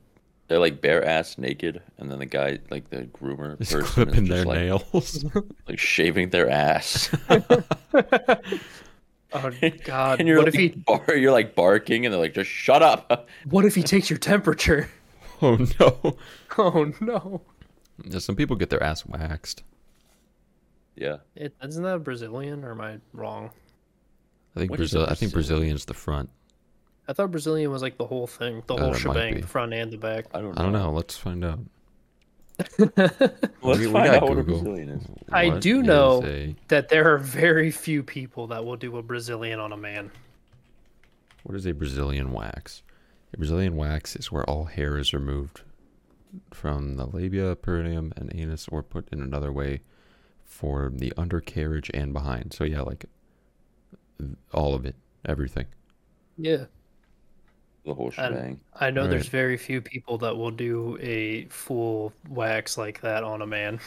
B: They're like bare ass naked, and then the guy, like the groomer
C: Just
B: person,
C: clipping
B: is
C: their
B: just like,
C: nails.
B: like shaving their ass.
D: Oh god.
B: and you're
D: what
B: like,
D: if he?
B: bar- you're like barking, and they're like, just shut up.
D: What if he takes your temperature?
C: oh no!
D: Oh no.
C: Yeah, some people get their ass waxed.
B: yeah,
D: It, isn't that Brazilian or am I wrong?
C: I think
B: What is
C: Brazil.
B: a
C: I think
B: Brazilian?
C: Brazilian's the front.
D: I thought Brazilian was like the whole thing, the
C: Uh,
D: whole
C: it might
D: shebang,
C: be.
D: the front and the back.
B: I don't know.
C: I don't know. Let's find out.
B: Let's
C: We- we
B: find
C: got
B: out what a
C: Google.
B: Brazilian is.
D: I
C: What
D: do
C: is
D: know
C: a-
D: that there are very few people that will do a Brazilian on a man.
C: What is a Brazilian wax? A Brazilian wax is where all hair is removed from the labia, perineum, and anus, or put in another way for the undercarriage and behind. So, yeah, like all of it, everything.
D: Yeah.
B: The whole
D: I,
B: shebang.
D: I know there's
C: Right.
D: very few people that will do a full wax like that on a man.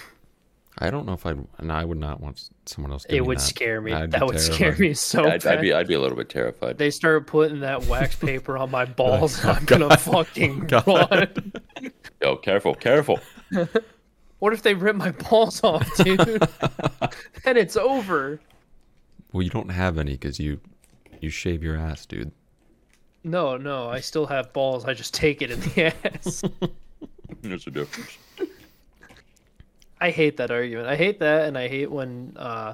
C: I don't know if I'd, and I would not want someone else doing
D: it would
C: that.
D: scare me.
C: I'd be
D: that would scare
C: terrified.
D: me so
B: I'd,
D: bad.
B: I'd be, I'd be a little bit terrified.
D: They start putting that wax paper on my balls.
C: "Oh,
D: I'm gonna fucking run.
B: Yo, careful, careful.
D: What if they rip my balls off, dude? then it's over.
C: Well, you don't have any because you you shave your ass, dude.
D: No, no, I still have balls. I just take it in the ass.
B: There's a difference.
D: I hate that argument. I hate that, and I hate when uh,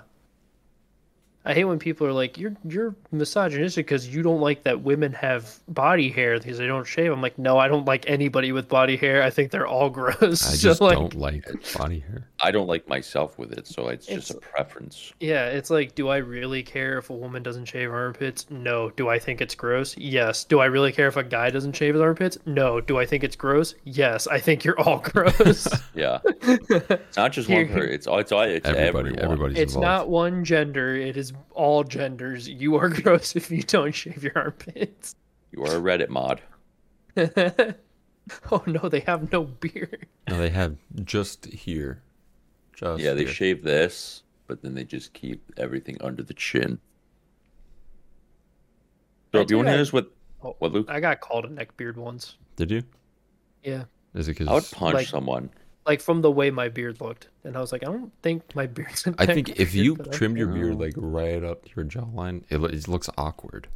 D: I hate when people are like, "You're you're misogynistic because you don't like that women have body hair because they don't shave." I'm like, no, I don't like anybody with body hair. I think they're all gross.
C: I
D: So,
C: just
D: like,
C: don't like body hair.
B: I don't like myself with it, so it's, just a preference.
D: Yeah, it's like, do I really care if a woman doesn't shave her armpits? No. Do I think it's gross? Yes. Do I really care if a guy doesn't shave his armpits? No. Do I think it's gross? Yes. I think you're all gross.
B: Yeah, it's not just one person. It's all. It's all. It's
C: Everybody,
B: everyone.
C: everybody's
D: it's not
C: involved.
D: one gender, it is all genders. You are gross if you don't shave your armpits.
B: You are a Reddit mod.
D: oh no, they have no beard.
C: No, they have just here. Just
B: yeah, they
C: here.
B: shave this, but then they just keep everything under the chin. So
D: I
B: if you
D: do
B: want to
D: like-
B: hear us with
D: Oh,
B: what Luke,
D: I got called a neck beard once.
C: Did you?
D: Yeah.
C: Is it
B: I would
C: because
B: punch
D: like-
B: someone.
D: Like from the way my beard looked. And I was like, I don't think my beard's a
C: I
D: neck
C: think if
D: beard,
C: you
D: but I-
C: trimmed your beard
B: No.
C: like right up to your jawline, it, lo- it looks awkward.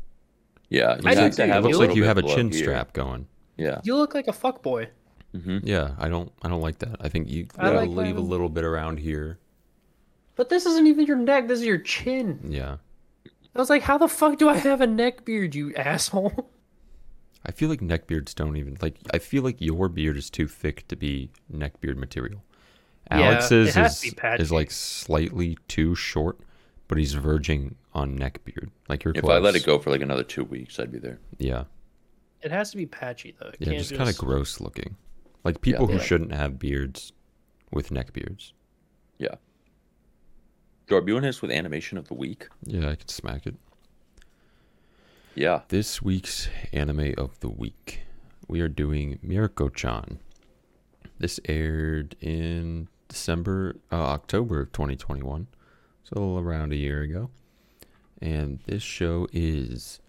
B: Yeah,
D: I
B: you have
D: do
B: to
D: too.
B: have
C: it
B: a
C: looks like
B: little
C: you
B: bit
C: have a
B: below
C: chin
B: here.
C: strap going.
B: Yeah,
D: You look like a fuck boy.
B: hmm
C: Yeah, I don't, I don't like that. I think you
D: I
C: gotta
D: like
C: leave a
D: mine.
C: little bit around here.
D: But this isn't even your neck. This is your chin.
C: Yeah,
D: I was like, how the fuck do I have a neck beard, you asshole?
C: I feel like neck beards don't even like. I feel like your beard is too thick to be neck beard material.
D: Yeah,
C: Alex's
D: it has to
C: is
D: be patchy.
C: is like slightly too short, but he's verging on neck beard. Like you're
B: If
C: close.
B: I let it go for like another two weeks, I'd be there.
C: Yeah,
D: It has to be patchy though. It
C: yeah,
D: can't
C: just
D: just
C: kind of gross looking. Like people who
B: yeah.
C: shouldn't have beards with neck beards.
B: Yeah. Jorb, you want to hit us with animation of the week?
C: Yeah, I could smack it.
B: Yeah.
C: This week's anime of the week, we are doing Mirko chan. This aired in December, uh, October of 2021, so around a year ago. And this show is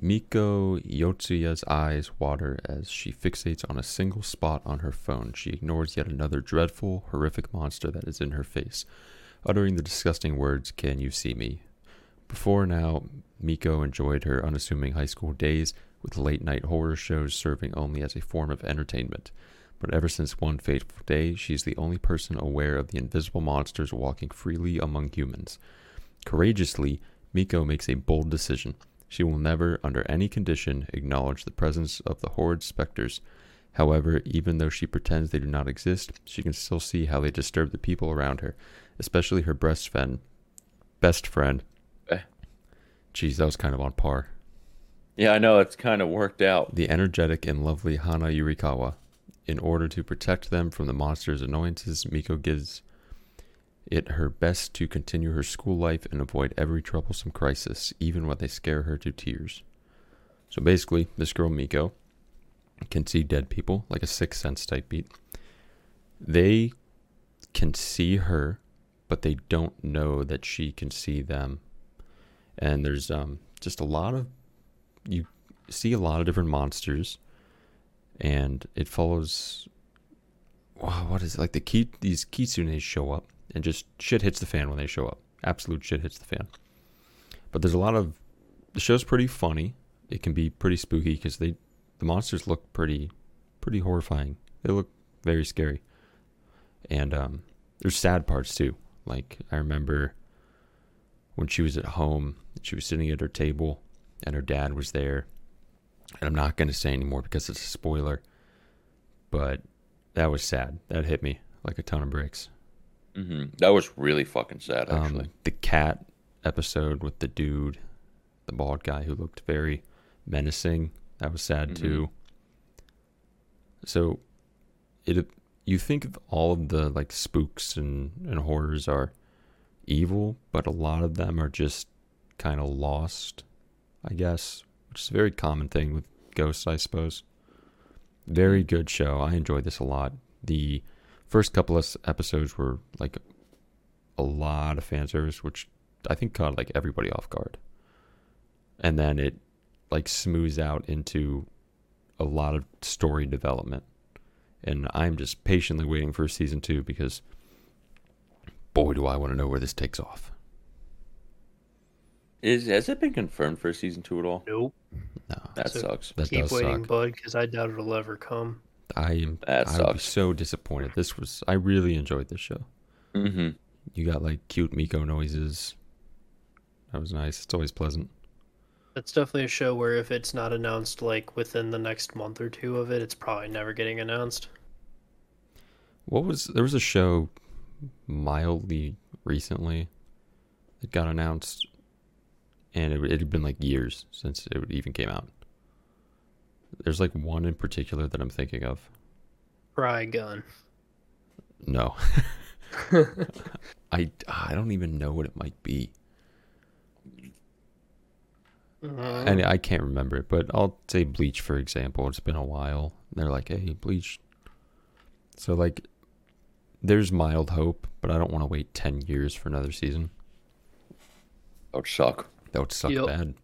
C: Miko Yotsuya's eyes water as she fixates on a single spot on her phone. She ignores yet another dreadful, horrific monster that is in her face, uttering the disgusting words, Can you see me? Before now, Miko enjoyed her unassuming high school days with late night horror shows serving only as a form of entertainment. But ever since one fateful day, she's the only person aware of the invisible monsters walking freely among humans. Courageously, Miko makes a bold decision. She will never, under any condition, acknowledge the presence of the horrid specters. However, even though she pretends they do not exist, she can still see how they disturb the people around her, especially her best friend. Best friend.
B: Eh.
C: Jeez, that was kind of on par.
B: Yeah, I know. It's kind of worked out.
C: The energetic and lovely Hana Yurikawa. In order to protect them from the monster's annoyances, Miko gives it her best to continue her school life and avoid every troublesome crisis, even when they scare her to tears. So basically, this girl Miko can see dead people, like a sixth sense type beat. They can see her, but they don't know that she can see them. And there's um, just a lot of you see a lot of different monsters, and it follows. Wow, what is it? like the ki- these kitsunes show up and just shit hits the fan when they show up. Absolute shit hits the fan. But there's a lot of the show's pretty funny. It can be pretty spooky because they the monsters look pretty pretty horrifying. They look very scary, and um, there's sad parts too. Like I remember when she was at home, she was sitting at her table, and her dad was there. And I'm not going to say anymore because it's a spoiler. But that was sad. That hit me like a ton of bricks.
B: hmm That was really fucking sad, actually.
C: Um, the cat episode with the dude, the bald guy who looked very menacing. That was sad too. So, it you think of all of the like spooks and and horrors are evil, but a lot of them are just kind of lost, I guess, which is a very common thing with ghosts, I suppose. Very good show. I enjoyed this a lot. The first couple of s- episodes were like a lot of fan service, which I think caught like everybody off guard. And then it like smooths out into a lot of story development. And I'm just patiently waiting for season two because boy, do I want to know where this takes off.
B: Is has it been confirmed for season two at all?
D: Nope.
C: No,
B: That
D: So-
B: sucks.
C: that
D: Keep
C: does
D: waiting,
C: suck.
D: bud, because I doubt it'll ever come.
C: I am.
B: That
C: I would be
B: sucks.
C: so disappointed. This was. I really enjoyed this show.
B: Mm-hmm.
C: You got like cute Miko noises. That was nice. It's always pleasant.
D: That's definitely a show where if it's not announced like within the next month or two of it, it's probably never getting announced.
C: What was there was a show mildly recently that got announced, and it, it had been like years since it even came out. There's like one in particular that I'm thinking of.
D: Cry Gun.
C: No, I I don't even know what it might be.
D: Uh, Uh-huh.
C: and I can't remember it, but I'll say Bleach for example. It's been a while. They're like, hey, Bleach. So like, there's mild hope, but I don't want to wait ten years for another season.
B: That would suck.
C: That would suck
D: Yep.
C: bad.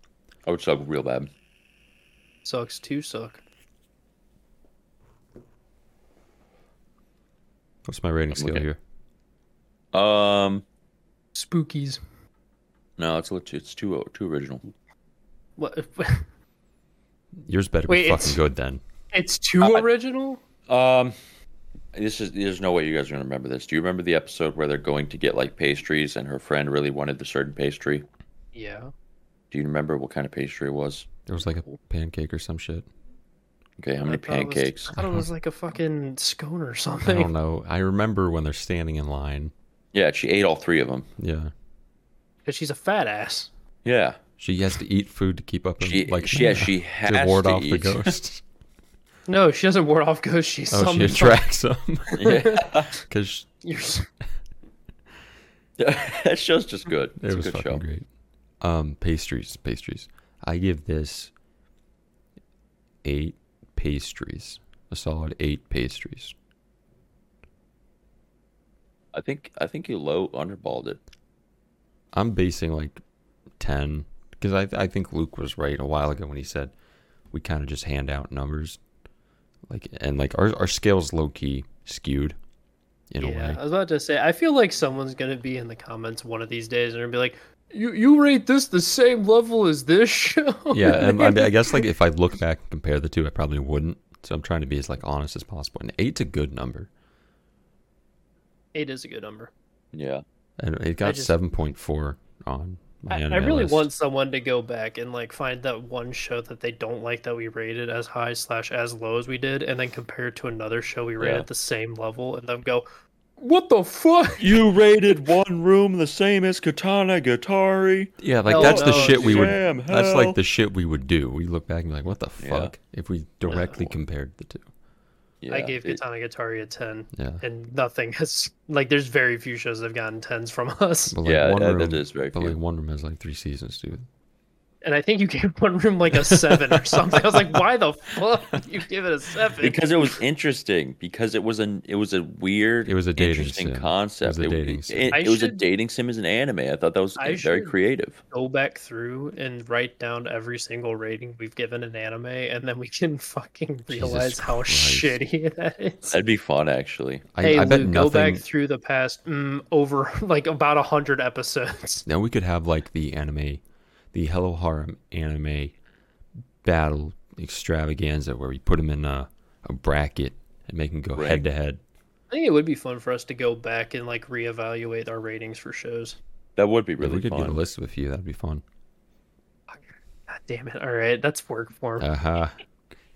B: That would suck real bad.
D: sucks to suck.
C: What's my rating
B: I'm
C: scale
B: looking-
C: here?
B: Um,
D: Spookies.
B: no, it's lit- it's too too original.
D: What?
C: Yours better
D: Wait,
C: be
D: it's-
C: fucking good then.
D: It's too
B: Uh,
D: original.
B: Um, this is there's no way you guys are gonna remember this. Do you remember the episode where they're going to get like pastries and her friend really wanted the certain pastry?
D: Yeah.
B: Do you remember what kind of pastry it was?
C: There was like a pancake or some shit.
B: Okay, how many
D: I thought it was-
B: pancakes?
D: I thought it was like a fucking scone
C: I
D: or
C: don't
D: something.
C: know. I remember when they're standing in line.
B: Yeah, she ate all three of them.
C: Yeah,
D: Because she's a fat ass.
B: Yeah,
C: she has to eat food to keep up.
B: she
C: and, like
B: she, yeah, she has
C: to ward off
B: eat.
C: the ghosts.
D: No, she doesn't ward off ghosts. She
C: oh, she
D: summons
C: attracts them
B: yeah,
C: because
D: You're-
B: that show's just good.
C: It
B: It's
C: was
B: a good
C: fucking
B: show.
C: great. Um, pastries, pastries. I give this eight pastries, a solid eight pastries.
B: I think I think you low underballed it.
C: I'm basing like ten because I I think Luke was right a while ago when he said we kind of just hand out numbers, like and like our our scales low key skewed in a
D: Yeah,
C: way.
D: I was about to say. I feel like someone's gonna be in the comments one of these days and be like, "You you rate this the same level as this show?"
C: yeah, and I, mean, I guess like if I look back and compare the two, I probably wouldn't. So I'm trying to be as like honest as possible. And eight's a good number.
D: Eight is a good number.
B: Yeah,
C: And it got
D: just-
C: seven point four on my
D: I, I
C: anime
D: really
C: list.
D: want someone to go back and like find that one show that they don't like that we rated as high slash as low as we did, and then compare it to another show we rated
B: Yeah.
D: at the same level, and then go, "What the fuck?"
B: you rated one room the same as Katana Guitari.
C: Yeah, like
D: Hell
C: that's the
D: no,
C: shit we would.
B: Damn,
C: that's
B: hell.
C: like the shit we would do. We look back and be like, what the
B: Yeah.
C: fuck? If we directly compared the two.
B: Yeah,
D: I gave
B: it-
D: Katana Guitari a ten,
C: Yeah.
D: and nothing has like. There's very few shows that have gotten tens from us,
C: But
B: Yeah, that-
C: room,
B: that is very
C: But
B: few.
C: like one room has like three seasons, dude.
D: and I think you gave one room like a seven or something. I was like, "Why the fuck did you give it a seven?
B: because it was interesting because it was an it was a weird
C: It was a dating
B: interesting
C: sim.
B: concept
C: It was a dating
B: it,
C: sim.
B: it-
D: I
B: it was a
D: should-
B: dating sim as an anime i thought that was
D: I
B: very
D: should-
B: creative
D: go back through and write down every single rating we've given an anime, and then we can fucking realize how
C: Christ.
D: shitty that is.
B: that'd be fun actually
C: I,
D: hey,
C: I bet
D: Lou,
C: nothing.
D: go back through the past mm, over like about a hundred episodes.
C: now we could have like the anime, the Hello Harem anime battle extravaganza where we put them in a, a bracket and make them go
B: Right.
C: head to head.
D: I think it would be fun for us to go back and like reevaluate our ratings for shows.
B: that would be
C: If
B: really
C: we could
B: fun
C: get a list of a few. That'd be fun.
D: God damn it! All right, that's work for me.
C: Uh huh.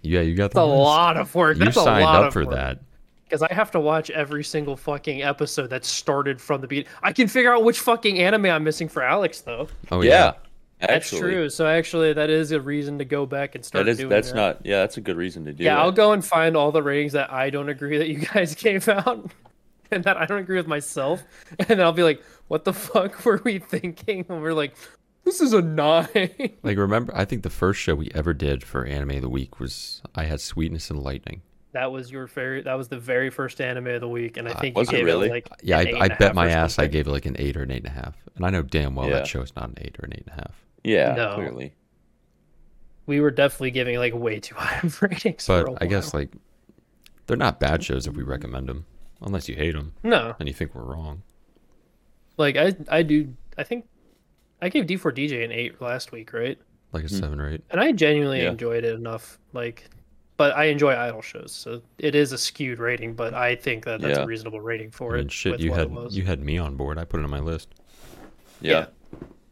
C: Yeah, you got
D: That's
C: the
D: a
C: list.
D: lot of work.
C: You
D: That's a
C: signed
D: lot
C: up
D: of
C: for
D: work.
C: that.
D: Because I have to watch every single fucking episode that started from the beginning. I can figure out which fucking anime I'm missing for Alex, though.
C: Oh
B: yeah,
D: That's
B: actually
D: true. So actually, that is a reason to go back and start.
B: that is
D: doing
B: that's
D: that.
B: not yeah that's a good reason to do
D: Yeah,
B: that.
D: I'll go and find all the ratings that I don't agree that you guys gave out, and that I don't agree with myself, and then I'll be like, "What the fuck were we thinking?" And we're like, "This is a nine.
C: Like remember, I think the first show we ever did for anime of the week was I had Sweetness and Lightning.
D: That was your very. That was the very first anime of the week, and I think
B: Uh, was it
D: you gave
B: really?
D: like
C: Yeah,
D: an eight
C: I, I
D: and a half
C: bet my
D: or
C: ass I
D: something.
C: gave it like an eight or an eight and a half, and I know damn well
B: Yeah.
C: that show is not an eight or an eight and a half.
B: yeah
D: No.
B: clearly
D: We were definitely giving like way too high of ratings. for a
C: But I
D: while.
C: guess like they're not bad shows if we recommend them, unless you hate them
D: no.
C: and you think we're wrong.
D: Like I, I do. I think I gave D4 DJ an eight last week, right?
C: Like a
D: Hmm.
C: seven or eight.
D: and I genuinely
B: Yeah.
D: enjoyed it enough. Like, but I enjoy idol shows, so it is a skewed rating. But I think that that's
B: Yeah.
D: a reasonable rating for
C: I mean,
D: it.
C: shit,
D: with
C: you
D: what it
C: had
D: was.
C: you had me on board. I put it on my list.
B: yeah,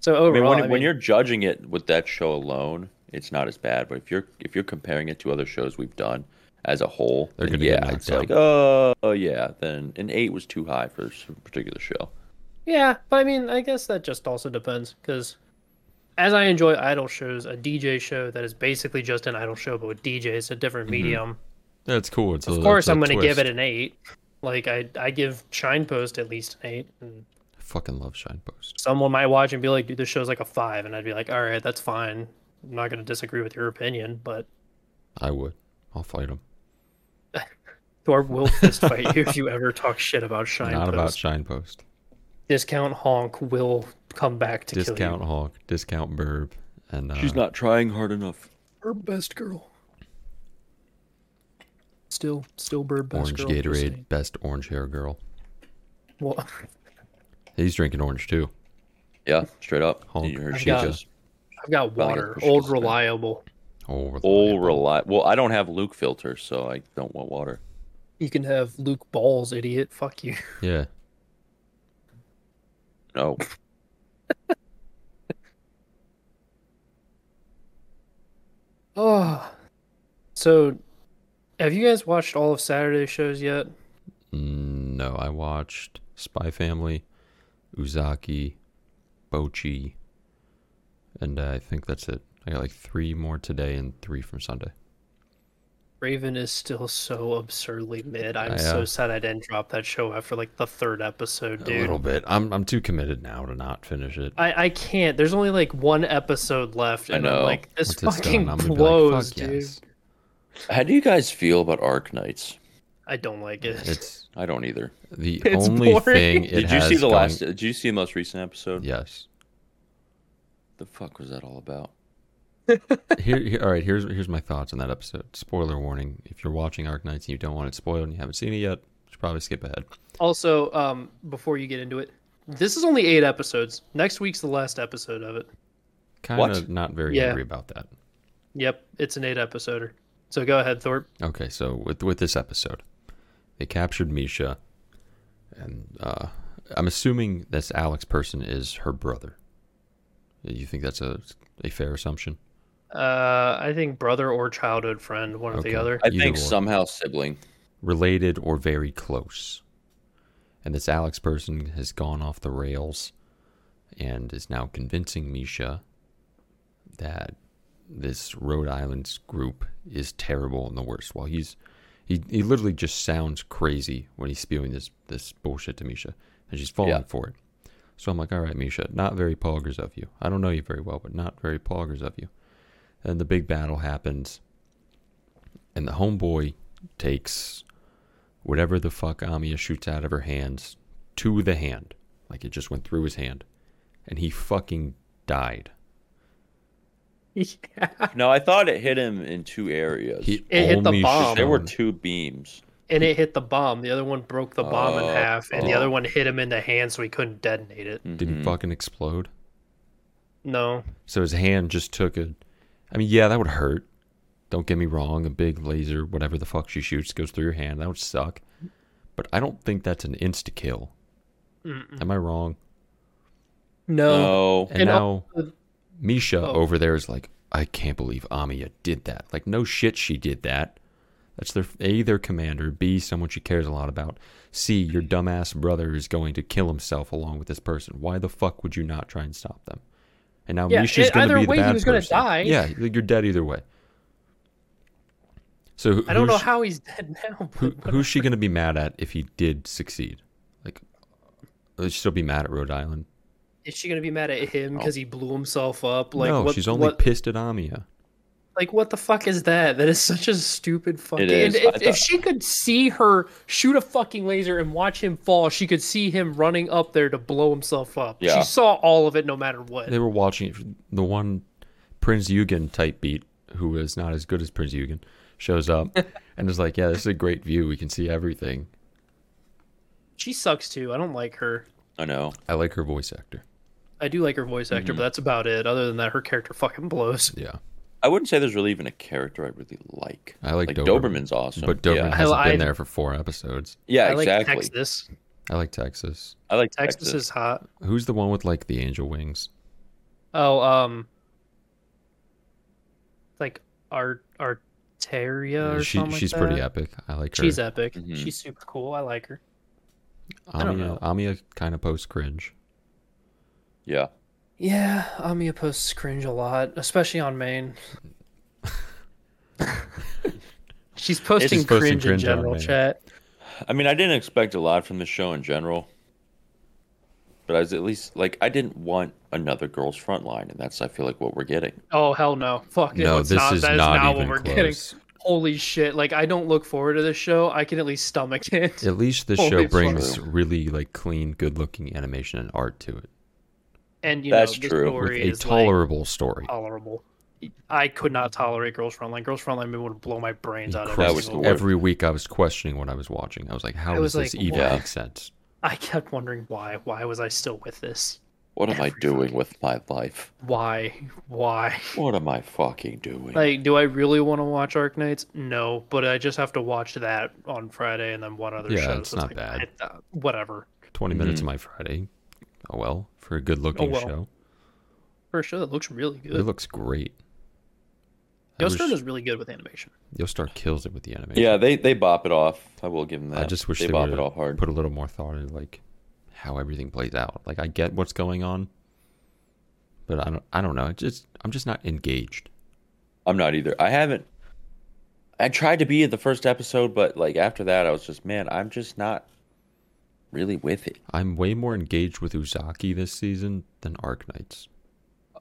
D: So
B: I mean,
D: overall,
B: when, when you're judging it with that show alone, it's not as bad. But if you're if you're comparing it to other shows we've done as a whole,
C: They're
B: then
C: gonna
B: yeah,
C: get knocked
B: it's
C: out.
B: like oh, oh, yeah. Then an eight was too high for this particular show.
D: yeah, but I mean, I guess that just also depends because as I enjoy idol shows, a DJ show that is basically just an idol show but with DJ, it's a different
C: Mm-hmm.
D: medium.
C: That's cool. It's a,
D: Of course,
C: it's a
D: I'm going to give it
C: twist.
D: an eight. Like I, I give Shinepost at least an eight, and
C: I fucking love Shinepost.
D: someone might watch and be like, "Dude, this show's like a five. and I'd be like, "All right, that's fine. I'm not going to disagree with your opinion, but
C: I would. I'll fight him.
D: Thor will fist fight you if you ever talk shit about Shinepost.
C: Not about Shinepost.
D: Discount Honk will come back to kill
C: Discount Hawk, discount Burb, and uh,
B: She's not trying hard enough.
D: you. Her best girl. Still, still bird best
C: Orange
D: girl. just
C: Gatorade,
D: saying.
C: best orange hair girl.
D: Well,
C: He's drinking orange too.
B: Yeah, straight up.
C: Honk.
B: You heard
D: I've
B: she
D: got-
B: just
D: I've got
B: Well, I guess
D: water,
B: we should
D: old
B: just go.
D: reliable.
C: Oh, we're
B: all
C: liable.
B: rely. Well, I don't have Luke filter, so I don't want water.
D: You can have Luke balls, idiot. Fuck you.
C: Yeah,
B: No.
D: Oh, so have you guys watched all of Saturday's shows yet?
C: Mm, no. I watched Spy Family, Uzaki, Bochi, and uh, I think that's it. I got like three more today and three from Sunday.
D: Raven is still so absurdly mid. I'm
C: I,
D: so
C: uh,
D: sad I didn't drop that show after like the third episode,
C: A
D: dude.
C: little bit. I'm I'm too committed now to not finish it.
D: I, I can't. There's only like one episode left,
B: I
D: and
B: know.
D: I'm like, this
C: Once it's
D: fucking
C: done, I'm gonna be like,
D: blows,
C: "Fuck
D: dude.
C: yes."
B: How do you guys feel about Arc Knights?
D: I don't like it.
C: It's
B: I don't either.
C: the
D: It's
C: only
D: boring.
C: thing. It
B: did you
C: has
B: see the
C: going-
B: last? Did you see the most recent episode?
C: Yes.
B: The fuck was that all about?
C: here, here all right here's here's my thoughts on that episode spoiler warning if you're watching arc knights and you don't want it spoiled and you haven't seen it yet you should probably skip ahead
D: Also, um, before you get into it, this is only eight episodes. Next week's the last episode of it.
C: kind
B: What?
C: of not very
D: Yeah.
C: angry about that
D: Yep, it's an eight episoder. So go ahead, Thorpe.
C: okay so with with this episode they captured misha and uh i'm assuming this alex person is her brother you think that's a a fair assumption
D: Uh, I think brother or childhood friend, one or
C: Okay.
D: the other.
B: I
C: Either
B: think
C: or.
B: somehow sibling.
C: related or very close. And this Alex person has gone off the rails and is now convincing Misha that this Rhode Island's group is terrible and the worst. While he's he, he literally just sounds crazy when he's spewing this this bullshit to Misha and she's falling
B: Yeah.
C: for it. So I'm like, all right, Misha, not very poggers of you. I don't know you very well, but not very poggers of you. And the big battle happens, and the homeboy takes whatever the fuck Amiya shoots out of her hands to the hand. Like it just went through his hand. And he fucking died.
D: yeah.
B: No, I thought it hit him in two areas.
C: He
D: It hit the
C: only
D: bomb.
B: there were
C: shone-
B: two beams.
D: And it hit the bomb. The other one broke the bomb
B: Oh,
D: in half, and the
B: oh. Hmm.
D: other one hit him in the hand, so he couldn't detonate it.
C: didn't fucking explode.
D: No,
C: So his hand just took a. I mean, yeah, that would hurt. Don't get me wrong. A big laser, whatever the fuck she shoots, goes through your hand. That would suck. But I don't think that's an insta kill. Am I wrong?
D: no.
B: No,
C: And,
D: And
C: now
D: also-
C: Misha
D: Oh.
C: over there is like, I can't believe Amiya did that. Like, no shit, she did that. That's their A, their commander, B, someone she cares a lot about, C, your dumbass brother is going to kill himself along with this person. Why the fuck would you not try and stop them? And now
D: Yeah,
C: Misha's
D: it-
C: going to
D: either
C: be the
D: way, he
C: bad
D: was gonna
C: person.
D: die.
C: Yeah, like, you're dead either way. So who-
D: I don't know
C: who's-
D: how he's dead now. but
C: who, who's she going to be mad at if he did succeed? Like, will she still be mad at Rhode Island?
D: Is she gonna be mad at him because he blew himself up? Like,
C: Oh. no,
D: what,
C: she's only
D: what-
C: pissed at Amiya.
D: like what the fuck is that? That is such a stupid fucking.
B: is.
D: And
B: I
D: if,
B: thought-
D: if she could see her shoot a fucking laser and watch him fall, she could see him running up there to blow himself up.
B: Yeah.
D: She saw all of it, no matter what.
C: they were watching it. The one Prince Eugen type beat, who is not as good as Prince Eugen, shows up and is like, "Yeah, this is a great view. We can see everything."
D: She sucks too. I don't like her.
B: I know.
C: I like her voice actor.
D: I do like her voice actor,
B: Mm-hmm.
D: but that's about it. Other than that, her character fucking blows.
C: Yeah,
B: I wouldn't say there's really even a character I really like.
C: I like Doberman.
B: Doberman's awesome,
C: but Doberman
B: yeah,
C: hasn't
D: I-
C: been there for four episodes.
B: yeah,
D: I like
B: exactly.
D: Texas.
C: I like Texas.
B: I like
D: Texas. is hot.
C: Who's the one with like the angel wings?
D: Oh, um, like Art Arteria or
C: she,
D: something. like
C: she's pretty
D: that.
C: epic. I like her.
D: She's epic.
C: Mm-hmm.
B: Mhm.
D: She's super cool. I like her. I don't
C: Amia,
D: know.
C: Amia kind of post cringe.
B: Yeah.
D: Yeah, Amia posts cringe a lot, especially on main. she's posting
C: She's posting
D: cringe in
C: cringe on
D: general
C: main.
D: chat.
B: I mean, I didn't expect a lot from the show in general, but I was at least like I didn't want another girls' front line, and that's I feel like what we're getting.
D: Oh hell no! Fuck it.
C: no,
D: It's
C: this
D: not,
C: is
D: that is
C: not,
D: not
C: even
D: what we're getting.
C: close.
D: Holy shit! Like I don't look forward to this show. I can at least stomach it.
C: At least this
D: Holy
C: show
D: fuck.
C: brings really like clean, good-looking animation and art to it,
D: And you
B: That's
D: know, the
B: true. With
C: with
D: story
C: a
D: is like,
C: tolerable story.
D: tolerable. I could not tolerate Girls Frontline. Girls Frontline would blow my brains out.
C: Christ,
D: every
B: That was the
D: single
B: worst.
D: week.
C: every week I was questioning what I was watching. I was like, "How
D: I
C: does
D: was
C: this
D: like,
C: even
B: Yeah.
C: make sense?"
D: I kept wondering why. Why was I still with this?
B: What am I
D: Every
B: doing with my life?
D: Why? Why?
B: What am I fucking doing?
D: Like, do I really want to watch Arc Nights? No, but I just have to watch that on Friday and then one other
C: Yeah,
D: show.
C: it's
D: so
C: not bad.
D: I- uh, whatever.
C: 20 minutes of my Friday. Oh well, for a good-looking
D: Oh, well.
C: show,
D: For a show that looks really
C: it
D: good.
C: looks great. I wish-
D: Yostern is really good with animation.
C: Yostar kills it with the animation.
B: yeah, they they bop it off. I will give them that.
C: I just wish
B: they
C: they,
B: bop
C: would
B: it off hard.
C: put a little more thought into like how everything plays out. Like I get what's going on, but I don't. I don't know. It just I'm just not engaged.
B: I'm not either. I haven't. I tried to be at the first episode, but like after that, I was just man, I'm just not really with it.
C: I'm way more engaged with Uzaki this season than Arknights.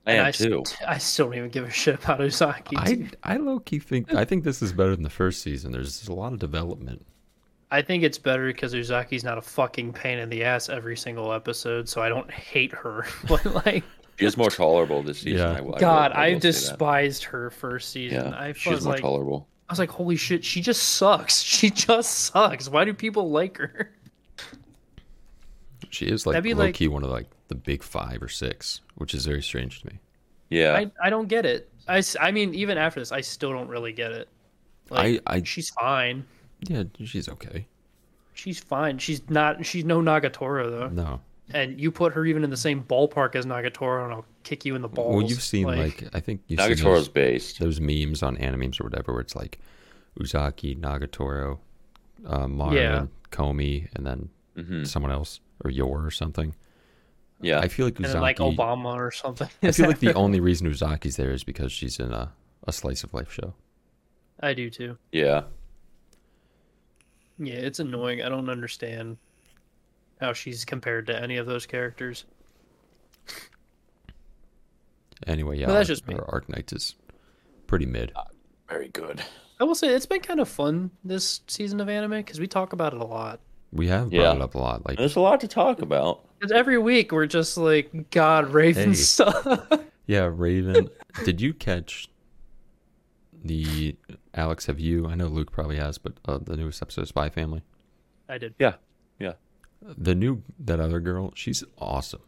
B: I
D: and
B: am
D: I, st-
B: too.
D: I still don't even give a shit about Uzaki.
C: I I low key think I think this is better than the first season. There's, a lot of development.
D: I think it's better because Uzaki's not a fucking pain in the ass every single episode, so I don't hate her. but like,
B: She is more tolerable this season.
C: Yeah.
B: I, will- I
D: God,
B: will- I
D: I,
B: will say that.
D: despised her first season.
B: Yeah,
D: I
B: she's
D: was
B: more
D: like,
B: tolerable.
D: I was like, holy shit, she just sucks. She just sucks. Why do people like her?
C: She is like
D: That'd be
C: low
D: like-
C: key one of like the big five or six, which is very strange to me.
B: Yeah,
D: I, I don't get it. I, s- I mean, even after this, I still don't really get it. Like,
C: I- I-
D: she's fine.
C: Yeah, she's okay.
D: She's fine. She's not. She's no Nagatoro though.
C: No,
D: And you put her even in the same ballpark as Nagatoro, and I'll kick you in the balls.
C: well you've seen like, I think you've seen
B: Nagatoro's
C: those,
B: based.
C: those memes on animes or whatever where it's like Uzaki, Nagatoro, uh, Mara,
D: Yeah.
C: Komi, and then
B: Mhm.
C: someone else or Yor or something.
B: Yeah,
C: I feel like
D: and
C: Uzaki.
D: then, like Obama or something.
C: I feel like the only reason Uzaki's there is because she's in a, a slice of life show.
D: I do too.
B: yeah.
D: Yeah, it's annoying. I don't understand how she's compared to any of those characters.
C: Anyway, yeah,
D: But that's
C: our-
D: just me.
C: our Arc Knights is pretty mid.
B: Uh, Very good.
D: I will say it's been kind of fun this season of anime because we talk about it a lot.
C: We have brought
B: Yeah.
C: it up a lot. Like,
B: There's a lot to talk about.
D: 'Cause every week we're just like, God, Raven
C: Hey.
D: sucks.
C: yeah, Raven. did you catch the Alex? Have you? I know Luke probably has, but uh, the newest episode of Spy Family.
D: I did.
B: Yeah, yeah.
C: The new that other girl, she's awesome.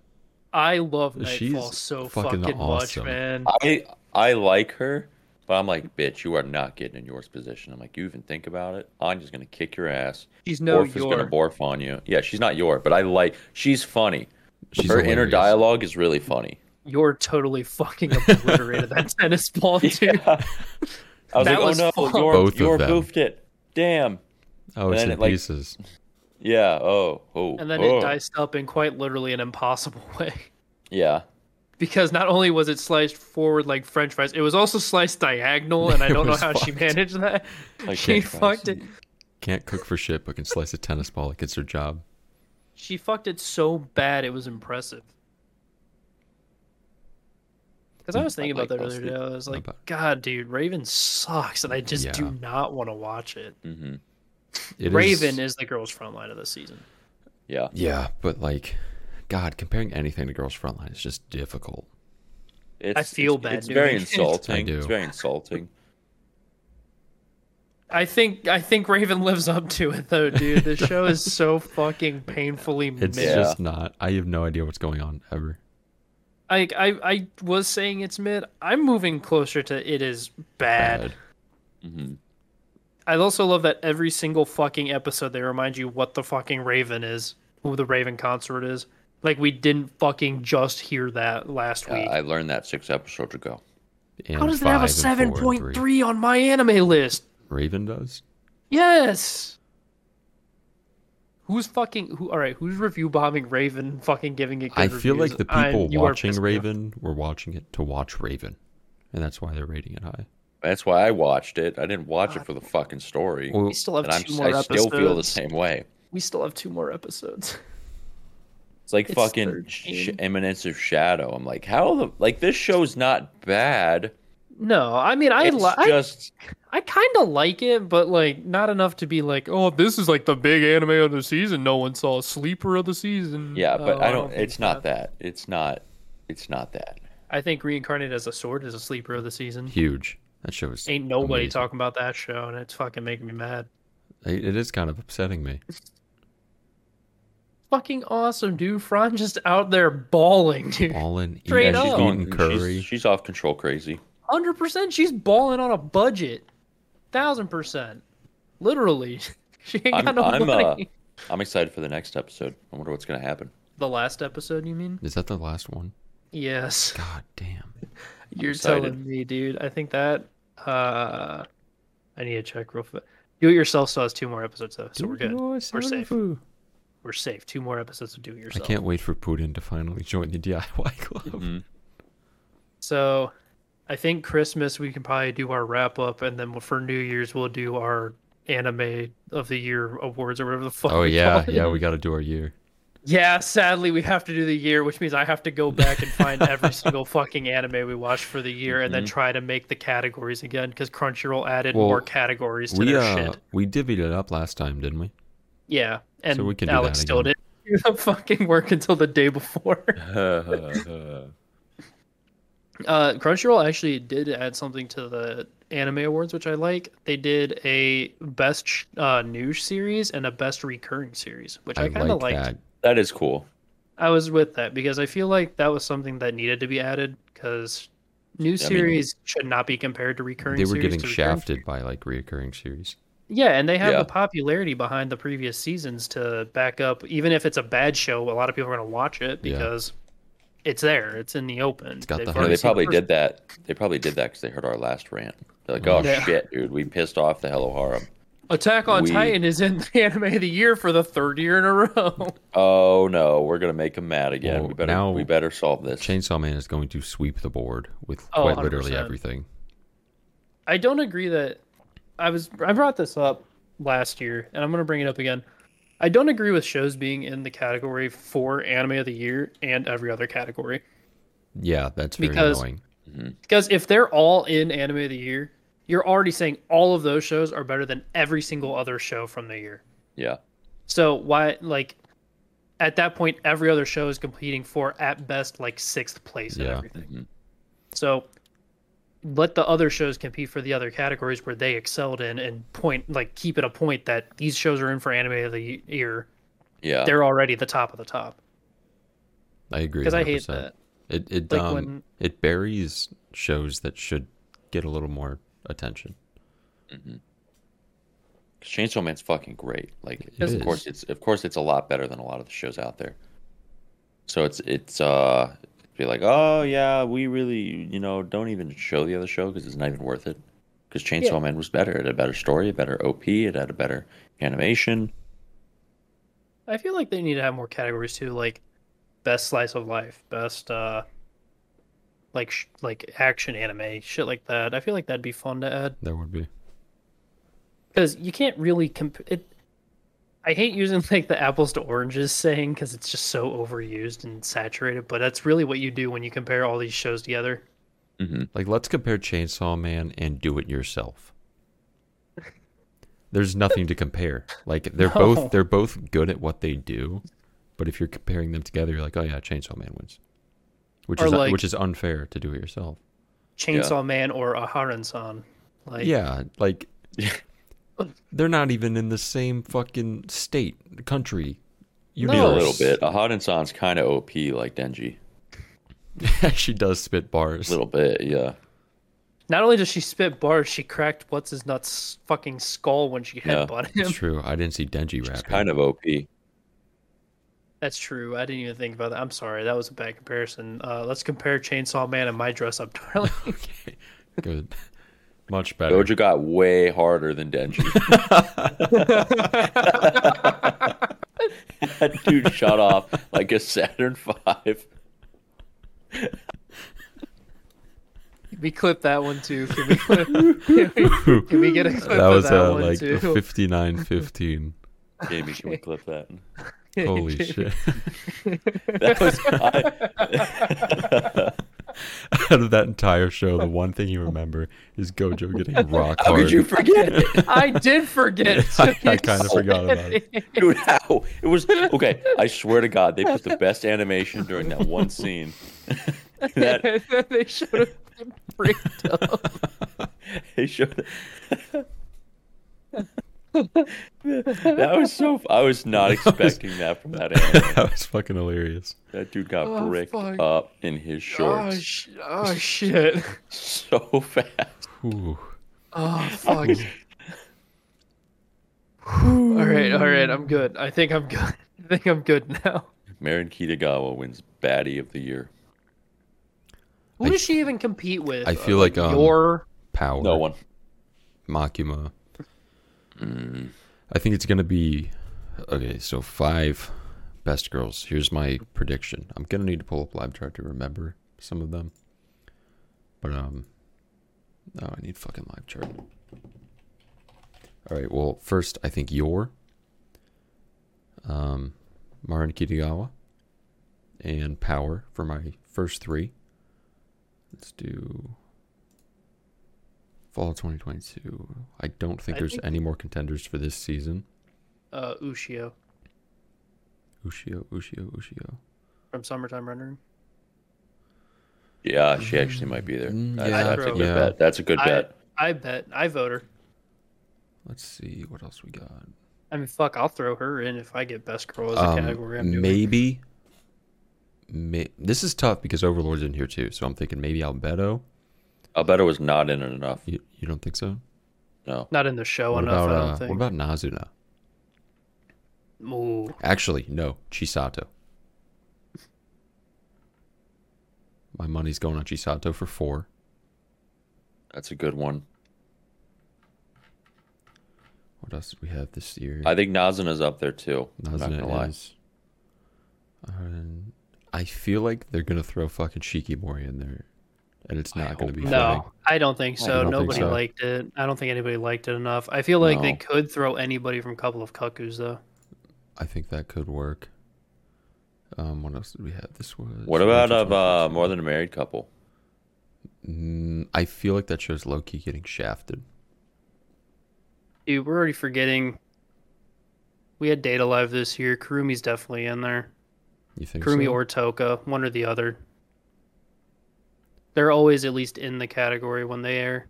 D: I love Nightfall
C: She's
D: so
C: fucking
D: fucking,
C: awesome.
D: much, man.
B: I I like her, but I'm like, bitch, you are not getting in yours position. I'm like, you even think about it? Anya's gonna kick your ass.
D: She's no
B: Orf is gonna
D: your.
B: barf on you. Yeah, she's not your, but I like. She's funny.
C: She's
B: her inner
C: hilarious.
B: dialogue is really funny.
D: You're totally fucking obliterated that tennis ball, dude.
B: I was like,
D: That was
B: oh no,
D: fun.
B: you're
C: Both of
B: you're
C: them.
B: goofed it. Damn.
C: Oh, it's
B: And
C: in
B: it, like-
C: pieces.
B: Yeah. Oh. Oh.
D: And then
B: oh.
D: it diced up in quite literally an impossible way.
B: Yeah.
D: Because not only was it sliced forward like French fries, it was also sliced diagonal, and I
C: It
D: don't know
C: was
D: how she
C: fucked.
D: managed that.
B: Like
D: she
B: French fries.
D: fucked it.
C: Can't cook for shit, but can slice a tennis ball. Like it's her job.
D: She fucked it so bad it was impressive. Because I was thinking
B: like
D: about that
B: those
D: earlier
B: two.
D: day. I was like,
C: bad.
D: God, dude, Raven sucks, and I just
C: Yeah.
D: do not want to watch it.
B: Mm-hmm.
C: It is-
D: Raven is... the girls' front line of the season.
B: Yeah.
C: Yeah, but like, God, comparing anything to Girls Frontline is just difficult.
B: It's,
D: feel
B: it's,
D: bad
B: It's very
D: doing it.
B: insulting.
C: I do.
B: It's very insulting.
D: I think I think Raven lives up to it though, dude. This show is so fucking painfully mid.
C: It's just not. I have no idea what's going on ever.
D: I, I I was saying it's mid. I'm moving closer to it is bad.
C: Bad.
B: hmm
D: I also love that every single fucking episode they remind you what the fucking Raven is, who the Raven consort is, Like we didn't fucking just hear that last
B: Uh,
D: week.
B: I learned that six episodes ago.
C: And
D: How does it
C: five
D: have a
C: and
D: seven
C: four and
D: point
C: three.
D: three on my anime list?
C: Raven does.
D: Yes. Who's fucking who? All right, who's review bombing Raven? and Fucking giving it. Good
C: I feel
D: reviews?
C: like the
D: I'm-
C: people
D: you are
C: watching
D: pissed me off.
C: Raven were watching it to watch Raven, and that's why they're rating it high.
B: That's why I watched it. I didn't watch it for the fucking story.
C: Well,
D: We still have
B: and I'm,
D: two more
B: I
D: episodes.
B: still feel the same way.
D: We still have two more episodes.
B: It's like
D: It's
B: fucking sh-
D: 13.
B: Eminence of Shadow. I'm like, how the like this show's not bad.
D: No, I mean I
B: It's
D: li- I
B: just
D: I kind of like it, but like not enough to be like, oh, this is like the big anime of the season. No one saw sleeper of the season.
B: yeah, but
D: Oh,
B: I don't.
D: think
B: It's not that. It's not. It's not that.
D: I think reincarnated as a sword is a sleeper of the season.
C: Huge. That show is.
D: Ain't nobody
C: amazing.
D: talking about that show, and it's fucking making me mad.
C: It it is kind of upsetting me.
D: Fucking awesome, dude. Fran just out there bawling, dude.
C: Ballin,
D: Straight
C: eating,
D: up.
C: she's eating
B: she's-
C: curry.
B: She's, off control, crazy.
D: Hundred percent, she's balling on a budget. Thousand percent, literally. She ain't got
B: I'm.
D: no
B: I'm. Uh,
D: money.
B: I'm excited for the next episode. I wonder what's gonna happen.
D: The last episode, you mean?
C: Is that the last one?
D: Yes.
C: God damn.
D: You're
B: excited.
D: telling me, dude. I think that uh I need to check real fast. Do it yourself still has two more episodes though, so we're good. We're safe. We're safe. Two more episodes of Do
C: I
D: It Yourself.
C: can't wait for Putin to finally join the DIY club.
D: Mm-hmm. So I think Christmas we can probably do our wrap up and then for New Year's we'll do our anime of the year awards or whatever the fuck.
C: Oh
D: we
C: yeah,
D: call it.
C: yeah. We got to do our year.
D: Yeah, sadly we have to do the year, which means I have to go back and find every single fucking anime we watched for the year and then try to make the categories again because Crunchyroll added
C: Mm-hmm. Well,
D: more categories to
C: We
D: their
C: uh,
D: shit.
C: we divvied it up last time, didn't we?
D: Yeah, and
C: we can do
D: Alex
C: that
D: still
C: again.
D: didn't do the fucking work until the day before. Uh, Crunchyroll actually did add something to the anime awards, which I like. They did a best sh- uh, new series and a best recurring series, which I,
C: I
D: kind of
C: like
D: liked.
C: that.
B: that is cool.
D: I was with that because I feel like that was something that needed to be added because new series should not be compared to recurring.
C: They were
D: series
C: getting
D: to recurring
C: shafted by like reoccurring series.
D: Yeah, and they have
B: Yeah.
D: the popularity behind the previous seasons to back up. Even if it's a bad show, a lot of people are going to watch it
C: Yeah.
D: because it's there. It's in the open.
C: got the
D: They've
C: hype.
B: You know,
D: already
B: they
D: seen the
B: probably
D: first-
B: did that. They probably did that because they heard our last rant. They're like, oh
D: Yeah.
B: shit, dude, we pissed off the Hello Harem.
D: Attack on
B: We-
D: Titan is in the anime of the year for the third year in a row.
B: Oh no, we're gonna make him mad again.
C: Well,
B: we better.
C: now-
B: we better solve this.
C: Chainsaw Man is going to sweep the board with
D: Oh,
C: quite literally
D: 100%.
C: everything.
D: I don't agree that I was I brought this up last year and I'm going to bring it up again. I don't agree with shows being in the category for anime of the year and every other category.
C: Yeah, that's very
D: Because-
C: annoying.
D: Because if they're all in anime of the year, you're already saying all of those shows are better than every single other show from the year.
B: Yeah.
D: So why like at that point every other show is competing for at best like sixth place and
C: Yeah.
D: everything. So let the other shows compete for the other categories where they excelled in and point like keep it a point that these shows are in for anime of the year.
B: Yeah.
D: They're already the top of the top.
C: I agree.
D: Because I hate
C: 100%.
D: that.
C: It it
D: Like
C: um
D: when-
C: it buries shows that should get a little more attention.
B: Chainsaw Man's fucking great. Like,
C: It
B: of course
C: is.
B: it's of course it's a lot better than a lot of the shows out there. So it's it's uh be like, oh yeah, we really you know don't even show the other show because it's not even worth it. Because Chainsaw
D: Yeah.
B: Man was better. It had a better story, a better OP. It had a better animation.
D: I feel like they need to have more categories too, like best slice of life, best uh like sh- like action anime, shit like that. I feel like that'd be fun to add
C: That would be.
D: because you can't really comp- it. I hate using like the apples to oranges saying because it's just so overused and saturated, but that's really what you do when you compare all these shows together.
C: Like let's compare Chainsaw Man and Do It Yourself. There's nothing to compare. Like they're
D: No.
C: both they're both good at what they do, but if you're comparing them together, you're like, oh yeah, Chainsaw Man wins, which
D: Or
C: is
D: like-
C: which is unfair to Do It Yourself.
D: Chainsaw Man or Aharon-san, like
C: yeah, like they're not even in the same fucking state, country,
D: No.
B: Be a
C: universe.
B: little bit. A Hot and San's kind of OP like Denji.
C: she does spit bars.
B: A little bit, yeah.
D: Not only does she spit bars, she cracked what's his nuts fucking skull when she
B: Yeah,
D: headbutted him.
C: It's true. I didn't see Denji rapping.
B: Kind of OP.
D: That's true. I didn't even think about that. I'm sorry. That was a bad comparison. Uh, let's compare Chainsaw Man and my dress up, darling.
C: okay. Good. Much better.
B: Gojo got way harder than Denji. that dude shot off like a Saturn Five.
D: we clip that one too. Can we, clip, can we, can we get a clip
C: that
D: of
C: was
D: that
C: uh,
D: one
C: like
D: too?
C: 59-15.
B: Jamie, can we clip that?
C: Holy shit.
B: That was my...
C: Out of that entire show, the one thing you remember is Gojo getting rock
B: How
C: hard.
B: could you forget it?
D: I did forget. it.
C: I, I kind of forgot about it.
B: Dude, how? It was okay. I swear to God, they put the best animation during that one scene. that
D: they should have been freaked up.
B: they showed. that was so. I was not expecting that from that anime.
C: that was fucking hilarious.
B: That dude got
D: Oh,
B: bricked
D: fuck.
B: up in his
D: Oh,
B: shorts
D: sh- oh shit.
B: so fast.
C: Ooh.
D: Oh fuck. all right, all right. I'm good. I think I'm good. I think I'm good now.
B: Marin Kitagawa wins Baddie of the Year.
D: Who
C: I-
D: does she even compete with? Uh,
C: I feel like, um,
D: your
C: Power.
B: No one.
C: Makima.
B: Mm.
C: I think it's gonna be okay. So five best girls. Here's my prediction. I'm gonna need to pull up live chart to remember some of them. But um, no, I need fucking live chart. All right. Well, first I think your um, Marin Kitagawa and Power for my first three. Let's do Fall 2022. I don't think
D: I
C: there's
D: think-
C: any more contenders for this season.
D: uh, Ushio
C: Ushio, Ushio, Ushio.
D: from Summertime Rendering.
B: Yeah, she actually might be there.
C: Mm,
B: That's,
C: yeah.
B: that's a good
C: Yeah.
B: bet. That's a good
D: I,
B: bet.
D: I bet. I vote her.
C: Let's see what else we got.
D: I mean, fuck. I'll throw her in if I get best girl as a category. I'm
C: Um,
D: doing.
C: maybe. May, this is tough because Overlord's in here too, so I'm thinking maybe Albedo.
B: Albedo was not in it enough.
C: You, you don't think so?
B: No.
D: Not in the show
C: what
D: enough.
C: about
D: I
C: uh,
D: don't
C: what
D: think.
C: about Nazuna?
D: Ooh,
C: Actually, no, Chisato. My money's going on Chisato for four.
B: That's a good one.
C: What else did we have this year?
B: I think Nazuna's up there too. I'm not
C: Nazna
B: gonna lie.
C: is- Um, I feel like they're gonna throw fucking Shikimori in there, and it's not gonna
B: hope
C: be
B: not.
C: fitting.
D: no, I don't think so.
C: don't think
D: Nobody
C: so.
D: liked it. I don't think anybody liked it enough. I feel like they
B: No.
D: could throw anybody from Couple of Cuckoos though.
C: I think that could work. Um, what else did we have? This was.
B: What about
C: Rachel
B: of uh,
C: Johnson.
B: more than a married couple?
C: Mm, I feel like that show's low key getting shafted.
D: Dude, we're already forgetting. We had Data Live this year. Kurumi's definitely in there.
C: You think?
D: Kurumi
C: so?
D: or Toka, one or the other. They're always at least in the category when they air.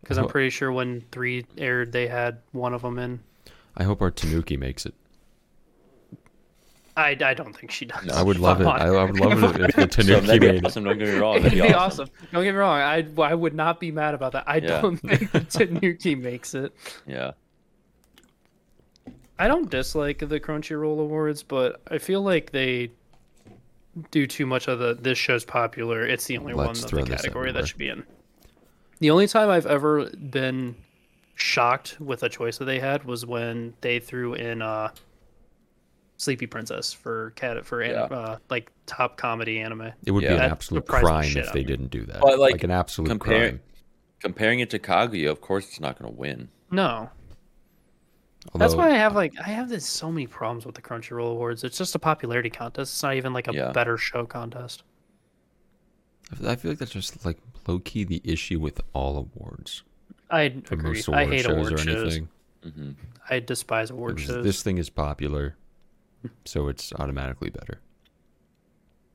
D: Because I'm
C: Well-
D: pretty sure when three aired, they had one of them in.
C: I hope our Tanuki makes it.
D: I, I don't think she does.
C: I would love it.
D: Come on.
C: I, I would love it if the
B: So
C: Tanuki
B: that'd be
C: made it.
B: awesome. Don't get me wrong.
D: It'd
B: That'd
D: be
B: be awesome.
D: awesome. Don't get me wrong. I, I would not be mad about that. I
B: Yeah.
D: don't think that Tanuki makes it.
B: Yeah.
D: I don't dislike the Crunchyroll awards, but I feel like they do too much of the this show's popular. It's the only
C: Let's
D: one
C: throw
D: of the
C: this
D: category
C: everywhere.
D: that should be in. The only time I've ever been shocked with a choice that they had was when they threw in uh Sleepy Princess for cat for an-
B: Yeah.
D: uh, like top comedy anime.
C: It would
B: Yeah.
C: be an
B: That
C: absolute
D: surprised the
C: crime
D: shit
C: if
D: out
C: they
D: of me.
C: didn't do that.
B: But, like,
C: an absolute
B: compare-
C: crime.
B: Comparing it to Kaguya, of course it's not going to win.
D: No.
C: Although,
D: That's why I have like I have this so many problems with the Crunchyroll awards. It's just a popularity contest. It's not even like a
B: Yeah.
D: better show contest.
C: I feel like that's just like low key the issue with all awards.
D: I
C: For
D: agree.
C: most
D: I
C: award
D: hate
C: shows
D: award
C: or
D: shows.
C: anything.
B: Mm-hmm.
D: I despise award
C: It's-
D: shows
C: This thing is popular, so it's automatically better.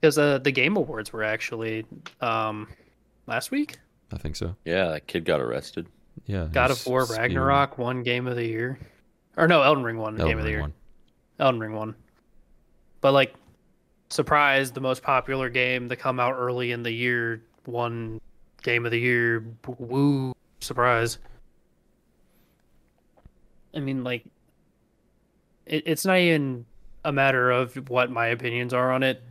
D: because uh, the game awards were actually um, last week.
C: I think so.
B: Yeah, that kid got arrested.
C: Yeah.
D: God
C: he's
D: of War
C: spewing
D: Ragnarok won Game of the Year, or no, Elden Ring won
C: Elden
D: Game of the
C: Ring
D: Year.
C: one.
D: Elden Ring won, but like, surprise, the most popular game to come out early in the year won Game of the Year. Woo! Surprise. I mean, like, it, it's not even a matter of what my opinions are on it.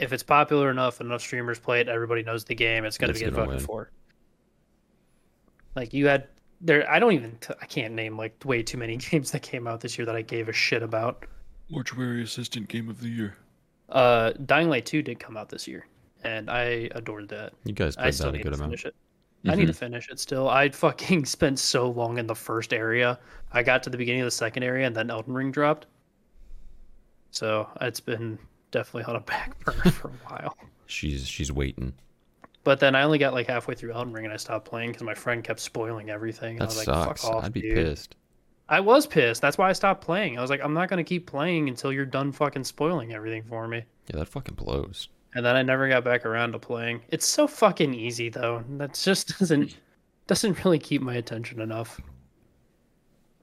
D: If it's popular enough, enough streamers play it, everybody knows the game. It's gonna
C: It's
D: be get
C: gonna
D: voted
C: win.
D: for. Like you had there, I don't even I I can't name like way too many games that came out this year that I gave a shit about.
E: Mortuary Assistant Game of the Year.
D: Uh, Dying Light Two did come out this year, and I adored that.
C: You guys
D: I
C: played
D: still
C: that a
D: need
C: good
D: to
C: amount. Mm-hmm.
D: finish it. I need to finish it still. I fucking spent so long in the first area. I got to the beginning of the second area and then Elden Ring dropped. So it's been definitely on a back burner for a while.
C: She's she's waiting.
D: But then I only got like halfway through Elden Ring and I stopped playing because my friend kept spoiling everything. And I
C: That
D: was like,
C: sucks.
D: fuck off.
C: I'd be
D: dude.
C: pissed.
D: I was pissed. That's why I stopped playing. I was like, I'm not going to keep playing until you're done fucking spoiling everything for me.
C: Yeah, that fucking blows.
D: and then I never got back around to playing. It's so fucking easy though. That just doesn't doesn't really keep my attention enough.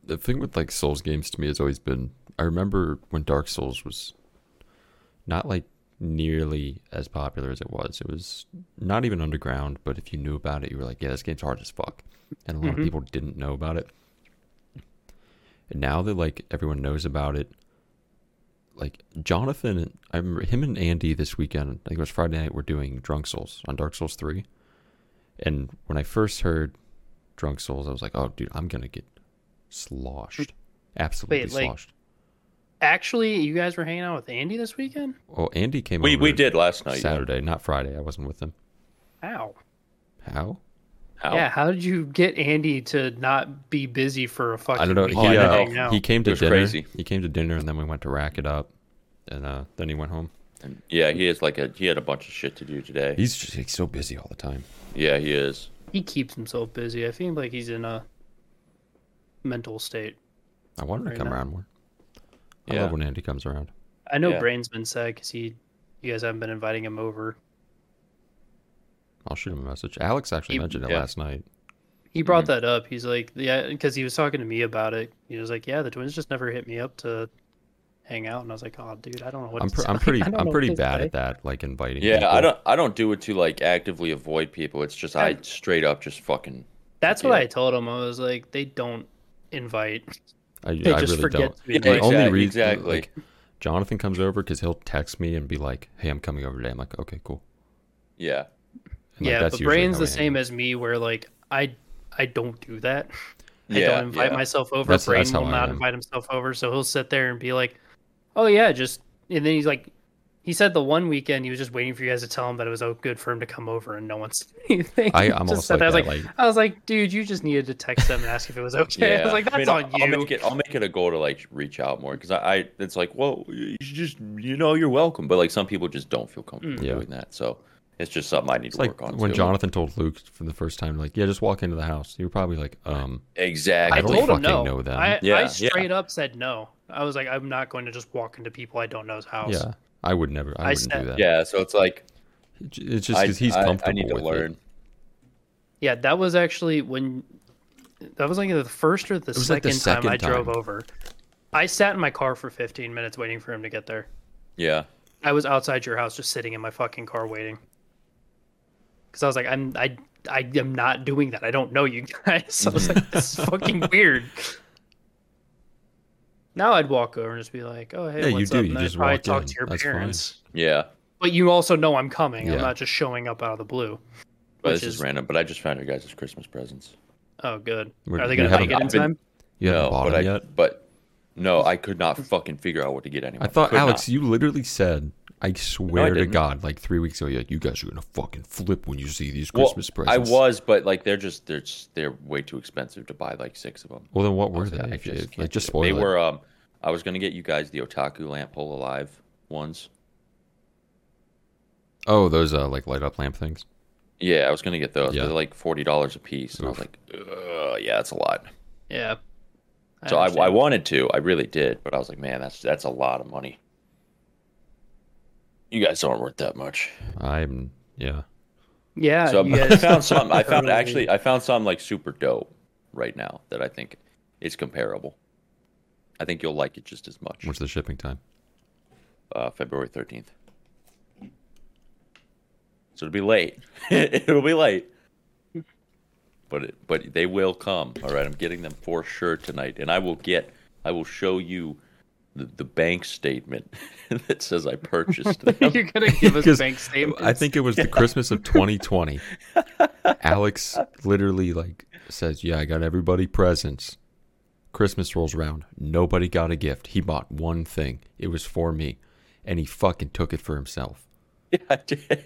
C: the thing with like Souls games to me has always been I remember when Dark Souls was not like nearly as popular as it was. It was not even underground, but if you knew about it, you were like, yeah, this game's hard as fuck. And a lot
D: Mm-hmm.
C: of people didn't know about it. And now that like everyone knows about it, like Jonathan, I remember him and Andy this weekend. I think it was Friday night. We're doing Drunk Souls on Dark Souls Three, and when I first heard Drunk Souls, I was like, "Oh, dude, I'm gonna get sloshed, absolutely
D: Mm. Wait, like-
C: sloshed."
D: Actually, you guys were hanging out with Andy this weekend?
C: Well, Andy came.
B: We
C: over
B: we did last night. yeah.
C: Saturday, not Friday. I wasn't with him.
D: How?
C: How?
B: How?
D: Yeah, how did you get Andy to not be busy for a fucking
C: I don't know. He,
D: weekend and
C: uh,
D: hang out?
C: he came
B: It
C: to
B: was
C: dinner.
B: crazy.
C: He came to dinner, and then we went to rack it up, and uh, then he went home.
B: Yeah, he is like a he had a bunch of shit to do today.
C: He's just he's so busy all the time.
B: yeah, he is.
D: He keeps himself busy. I feel like he's in a mental state.
C: I want him to
D: Right
C: come
D: now.
C: around more. I
B: Yeah.
C: love when Andy comes around.
D: I know
B: Yeah.
D: Brain's been sad because he, you guys haven't been inviting him over.
C: I'll shoot him a message. Alex actually
D: He-
C: mentioned it
B: yeah.
C: last night.
D: He brought
C: Mm-hmm.
D: that up. He's like, yeah, because he was talking to me about it. He was like, yeah, the twins just never hit me up to hang out, and I was like, oh, dude, I don't know what.
C: I'm,
D: to
C: pr-
D: tell
C: I'm
D: you.
C: pretty
D: I don't
C: I'm
D: know
C: pretty
D: what to
C: bad
D: say."
C: at that, like inviting.
B: Yeah, I
C: people.
B: don't I don't do it to like actively avoid people. It's just I straight up just fucking
D: That's what
B: Yeah.
D: I told him. I was like, they don't invite.
C: I,
D: They
C: I
D: just
C: really
D: forget
C: don't.
D: to be
C: The
B: nice.
C: only
B: Exact-
C: reason,
B: exactly.
C: like, Jonathan comes over because he'll text me and be like, "Hey, I'm coming over today." I'm like, "Okay, cool."
B: yeah.
C: And, like,
D: yeah,
C: that's
D: but
C: usually
D: brain's
C: how I
D: the
C: hang
D: same
C: out.
D: as me, where like I I don't do that. I
B: Yeah,
D: don't invite
B: yeah.
D: myself over.
C: That's-
D: Brain
C: that's how
D: will
C: I
D: not
C: am.
D: invite himself over, so he'll sit there and be like, "Oh yeah, just." And then he's like, he said the one weekend he was just waiting for you guys to tell him that it was oh, good for him to come over, and no one said anything.
C: I- I'm
D: He
C: almost
D: sat there.
C: like
D: I was
C: that, like-
D: I was like, dude, you just needed to text them and ask if it was okay. I was like, that's
B: mean,
D: on
B: I'll-
D: you.
B: I'll make it. I'll make it a goal to like reach out more because I, I. It's like, well, you should just you know, you're welcome. But like some people just don't feel comfortable
C: Mm. Yeah.
B: doing that. So it's just something I need
C: It's
B: to
C: like
B: work on.
C: when
B: too.
C: Jonathan told Luke for the first time, like, "Yeah, just walk into the house." You're probably like, "Um,
B: exactly.
C: I don't
D: told
C: fucking
D: him no.
C: know them.
D: I,
B: Yeah,
D: I
B: yeah.
D: straight up said no. I was like, I'm not going to just walk into people I don't know's house.
C: yeah, I would never. I,
D: I
C: wouldn't
D: said-
C: do that."
B: yeah, so it's like
C: It's ju- it's just
B: I,
C: because he's
B: I-
C: comfortable
B: I need to
C: with
B: learn.
C: it.
D: Yeah, that was actually when that was like the first or the,
C: was like
D: second,
C: the
D: time I
C: second
D: drove
C: time.
D: over. I sat in my car for 15 minutes waiting for him to get there.
B: Yeah,
D: I was outside your house just sitting in my fucking car waiting. Cuz I was like I'm I I am not doing that. I don't know you guys. I was like this is fucking weird. Now I'd walk over and just be like, "Oh, hey,
C: Yeah, you
D: what's
C: do.
D: up?"
C: You
D: and then I'd
C: just
D: probably
C: walk
D: talk
C: in.
D: to your
C: That's fine.
D: parents.
B: yeah.
D: But you also know I'm coming.
C: Yeah.
D: I'm not just showing up out of the blue.
B: But
D: Which
B: this is,
D: is-
B: random. But I just found your guys' Christmas presents.
D: Oh, good.
C: We're-
D: Are they
C: we
D: going to
C: haven't
D: make it in
B: gotten-
D: time?
C: You haven't
B: no,
C: bought
B: but
C: him
B: I,
C: yet.
B: but no, I could not fucking figure out what to get anyone.
C: I thought,
B: Could
C: Alex,
B: not.
C: you literally said, "I swear to
B: didn't.
C: God," like three weeks ago, you're like, "You guys are gonna fucking flip when you see these
B: Well,
C: Christmas presents."
B: I was, but like they're just they're just, they're way too expensive to buy like six of them.
C: Well, then what were
B: I
C: they?
B: just
C: if you-
B: can't
C: like,
B: do
C: just
B: it.
C: spoil
B: They
C: it.
B: were. Um, I was gonna get you guys the Otaku Lamp Hole Alive ones.
C: Oh, those uh, like light up lamp things.
B: Yeah, I was gonna get those.
C: Yeah.
B: But they're like forty dollars a piece, and I
C: Oof.
B: was like, Ugh, yeah, that's a lot.
D: Yeah.
B: so I, I
D: understand.
B: wanted to, I really did, but I was like, man, that's that's a lot of money. You guys aren't worth that much.
C: I'm yeah.
D: yeah.
B: so
D: you
B: I
D: guys-
B: found some. I found
D: Totally.
B: actually, I found some like super dope right now that I think is comparable. I think you'll like it just as much.
C: What's the shipping time?
B: uh, February 13th. So it'll be late. it'll be late. But it, but they will come. All right, I'm getting them for sure tonight, and I will get. I will show you the, the bank statement that says I purchased them.
D: You're gonna give us
C: 'Cause
D: bank statements.
C: I think it was the Christmas of 2020. Alex literally like says, "Yeah, I got everybody presents." Christmas rolls around. Nobody got a gift. He bought one thing. It was for me, and he fucking took it for himself.
B: yeah, I did.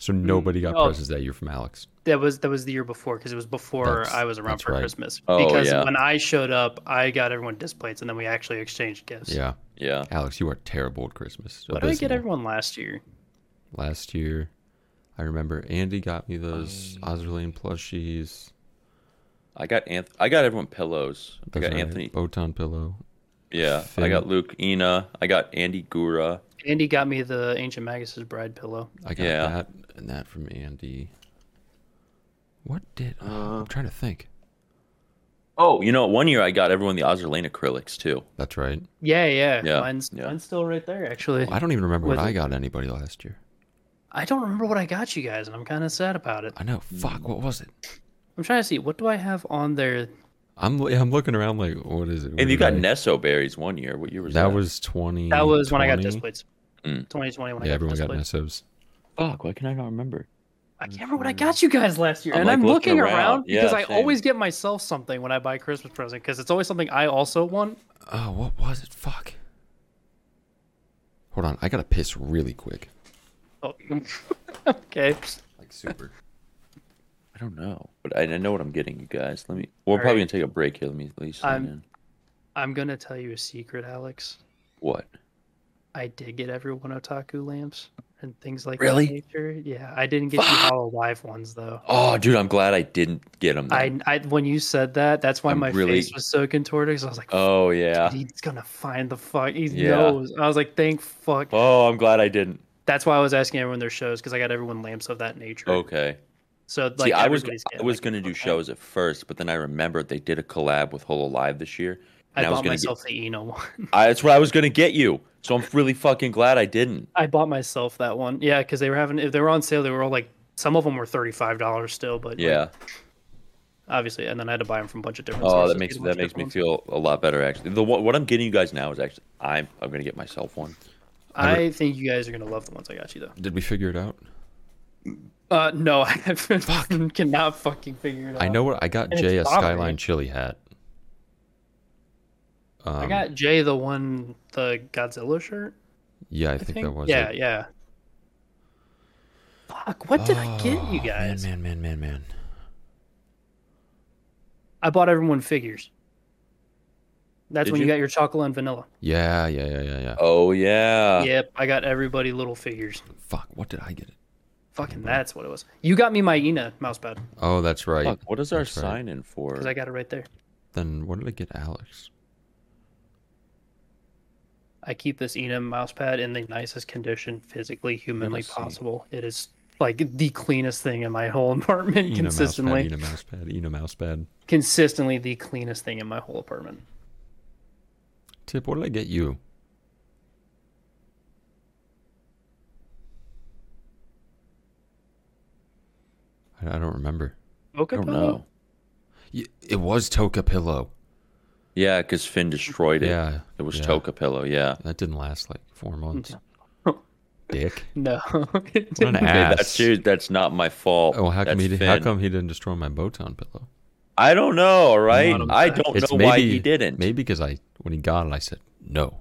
C: So nobody got
D: Oh.
C: presents that year from Alex.
D: that was that was the year before because it was before
C: That's-
D: I was around
C: that's
D: for
C: right.
D: Christmas.
B: Oh,
D: because
B: yeah.
D: when I showed up, I got everyone disc plates, and then we actually exchanged gifts.
C: Yeah,
B: Yeah.
C: Alex, you are terrible at Christmas.
D: What did I get
C: Abysmal.
D: everyone last year?
C: last year. I remember Andy got me those
D: Um,
C: Ozerline plushies.
B: I got Anth- I got everyone pillows. I
C: Those
B: got
C: are
B: Anthony.
C: Botan pillow.
B: Yeah. I
C: Finn.
B: got Luke Ina. I got Andy Gura.
D: Andy got me the Ancient Magus's bride pillow.
C: I got
B: Yeah.
C: that and that from Andy. What did I'm trying to think?
B: Oh, you know, one year I got everyone the Ozerlane acrylics too.
C: That's right.
D: Yeah, yeah,
B: Yeah,
D: Mine's
B: yeah.
D: mine's still right there. Actually,
C: I don't even remember what
D: Was
C: I
D: it-
C: got anybody last year.
D: I don't remember what I got you guys, and I'm kind of sad about it.
C: I know. Fuck. What was it?
D: I'm trying to see what do I have on there.
C: I'm li- I'm looking around like, what is it? What
B: And you
C: did
B: got
C: I-
B: Nesso berries one year. What year was that?
C: That was twenty.
D: That was when I got
C: 20?
D: disc plates.
B: Mm.
D: 2020 when
C: Yeah,
D: I got
C: everyone
D: disc
C: got
D: plates.
C: Nessos.
B: fuck. Why can I not remember?
D: I
B: Mm,
D: can't remember what I got you guys last year,
B: I'm,
D: and
B: like,
D: I'm
B: looking
D: looking,
B: around.
D: around,
B: Yeah,
D: because I
B: same.
D: always get myself something when I buy a Christmas present because it's always something I also want.
C: Oh, what was it? Fuck. Hold on. I gotta piss really quick.
D: Oh, okay.
C: Like super.
B: I don't know, but I, I know what I'm getting, you guys. Let me. We're probably gonna take a break here. Let me at least.
D: I'm-
B: in.
D: I'm gonna tell you a secret, Alex.
B: What?
D: I did get everyone otaku lamps and things like
B: Really?
D: that nature. Yeah, I didn't get you hollow live ones though.
B: Oh, dude, I'm glad I didn't get them.
D: I, I when you said that, that's why
B: I'm
D: my
B: really-
D: face was so contorted. 'cause I was like,
B: Oh yeah.
D: he's gonna find the fuck. He
B: Yeah.
D: knows. I was like, thank fuck.
B: Oh, I'm glad I didn't.
D: That's why I was asking everyone their shows because I got everyone lamps of that nature.
B: Okay.
D: So like,
B: See, I was
D: everybody's
B: I
D: getting,
B: was
D: like,
B: gonna do
D: okay.
B: shows at first, but then I remembered they did a collab with Holo Live this year.
D: I
B: And I, was
D: bought
B: gonna
D: myself the Eno one.
B: get. I, that's what I was gonna get you. So I'm really fucking glad I didn't.
D: I bought myself that one. Yeah, because they were having if they were on sale, they were all like some of them were thirty five dollars still, but like,
B: Yeah.
D: obviously. And then I had to buy them from a bunch of different.
B: Oh,
D: sources
B: that
D: to
B: makes
D: get a bunch
B: that
D: of
B: makes
D: different
B: me feel a lot better actually. The what, what I'm getting you guys now is actually I'm I'm gonna get myself one.
D: ones. I think you guys are gonna love the ones I got you though.
C: Did we figure it out?
D: Uh, no, I fucking cannot fucking figure it out.
C: I know what I got.
D: Uh, and
C: Jay a
D: it's bomb,
C: skyline
D: right?
C: chili hat. Um,
D: I got Jay the one the Godzilla shirt.
C: Yeah, I,
D: I
C: think,
D: think.
C: that was.
D: yeah,
C: it.
D: yeah. Fuck! What did I get you
C: Oh,
D: guys?
C: Man, man, man, man, man.
D: I bought everyone figures. That's
B: Did
D: when you?
B: you?
D: got your chocolate and vanilla.
C: Yeah, yeah, yeah, yeah, yeah.
B: Oh
C: Uh,
B: yeah.
D: yep, I got everybody little figures.
C: Fuck, what did I get?
D: Fucking that's what it was. You got me my Ina mousepad
C: Oh, that's right.
B: Fuck, what is our
C: That's right.
B: sign in for?
D: because I got it right there.
C: Then what did I get, Alex?
D: I keep this Ina mousepad in the nicest condition physically, humanly
C: see.
D: possible. It is like the cleanest thing in my whole apartment.
C: Eno
D: consistently,
C: Mousepad, Eno mousepad, Eno mousepad.
D: consistently the cleanest thing in my whole apartment.
C: Tip, what did I get you? I, I don't remember.
D: Mocha
B: I
C: Oh,
B: don't
D: pillow?
B: know.
C: Y- It was Toca Pillow.
B: Yeah, because Finn destroyed it.
C: Yeah,
B: It was
C: yeah.
B: Toca Pillow. Yeah.
C: That didn't last like four months. Dick.
D: No.
C: What an ass.
B: That's dude. That's not my fault.
C: Oh, how come,
B: That's
C: he, di- how
B: Finn.
C: come he didn't destroy my Botan pillow?
B: I don't know. All right.
D: Not a
B: I don't know why he didn't.
C: Maybe because I when he got it, I said no,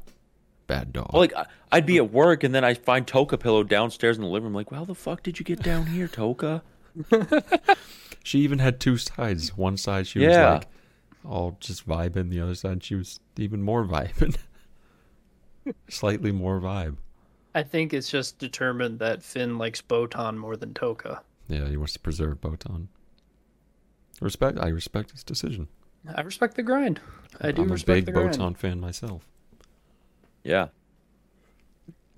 C: bad dog.
B: Well, like I- I'd be at work and then I find Toca Pillow downstairs in the living room. Like, well, how the fuck did you get down here, Toca?
C: she even had two sides. One side she
B: Yeah.
C: was like all just vibing. The other side she was even more vibing, slightly more vibe.
D: I think it's just determined that Finn likes Botan more than Toka.
C: Yeah, he wants to preserve Botan. Respect. I respect his decision.
D: I respect the grind. I do
C: I'm a
D: respect
C: big
D: the grind.
C: Botan fan myself.
B: Yeah.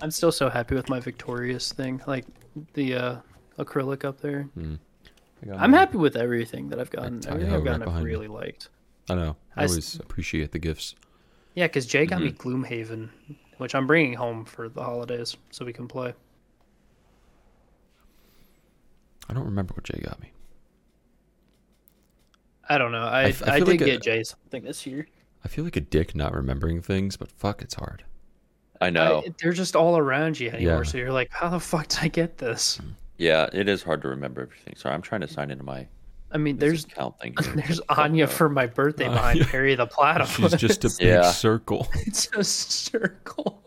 D: I'm still so happy with my Victorious thing, like the uh, acrylic up there.
C: I got
D: I'm
C: mine.
D: happy with everything that I've gotten.
C: Mm-hmm. Yeah,
D: Everything
C: right
D: I've gotten, I've
C: behind you.
D: really liked.
C: I know. I,
D: I s-
C: always appreciate the gifts.
D: Yeah, because Jay got me
C: Mm-hmm.
D: Gloomhaven, which I'm bringing home for the holidays so we can play.
C: I don't remember what Jay got me.
D: I don't know. I,
C: I
D: I,
C: f- I feel
D: did
C: like a-
D: get Jay something this year.
C: I feel like a dick not remembering things, but fuck, it's hard.
B: I know.
D: I- they're just all around you anymore.
C: Oh. Yeah. Mm.
D: So you're like, how the fuck did I get this?
B: yeah, it is hard to remember everything. Sorry, I'm trying to sign into my
D: I mean, there's
B: account thing. here.
D: there's
B: Fuck
D: Anya
B: no.
D: for my birthday
C: Uh,
D: behind
C: yeah.
D: Perry the Platypus.
C: She's just a big
B: Yeah.
C: circle.
D: it's a circle.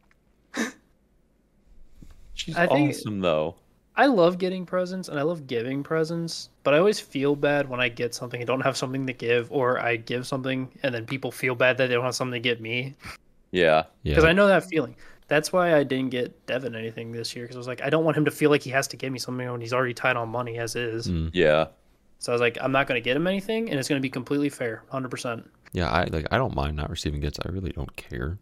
B: She's
D: I think-
B: awesome though.
D: I love getting presents and I love giving presents, but I always feel bad when I get something and don't have something to give, or I give something and then people feel bad that they don't have something to get me.
B: Yeah,
C: Yeah.
D: Because I know that feeling. That's why I didn't get Devin anything this year. Because I was like, I don't want him to feel like he has to give me something when he's already tight on money as is.
C: Mm.
B: yeah.
D: So I was like, I'm not going to get him anything, and it's going to be completely fair, 100%.
C: Yeah, I like I don't mind not receiving gifts. I really don't care.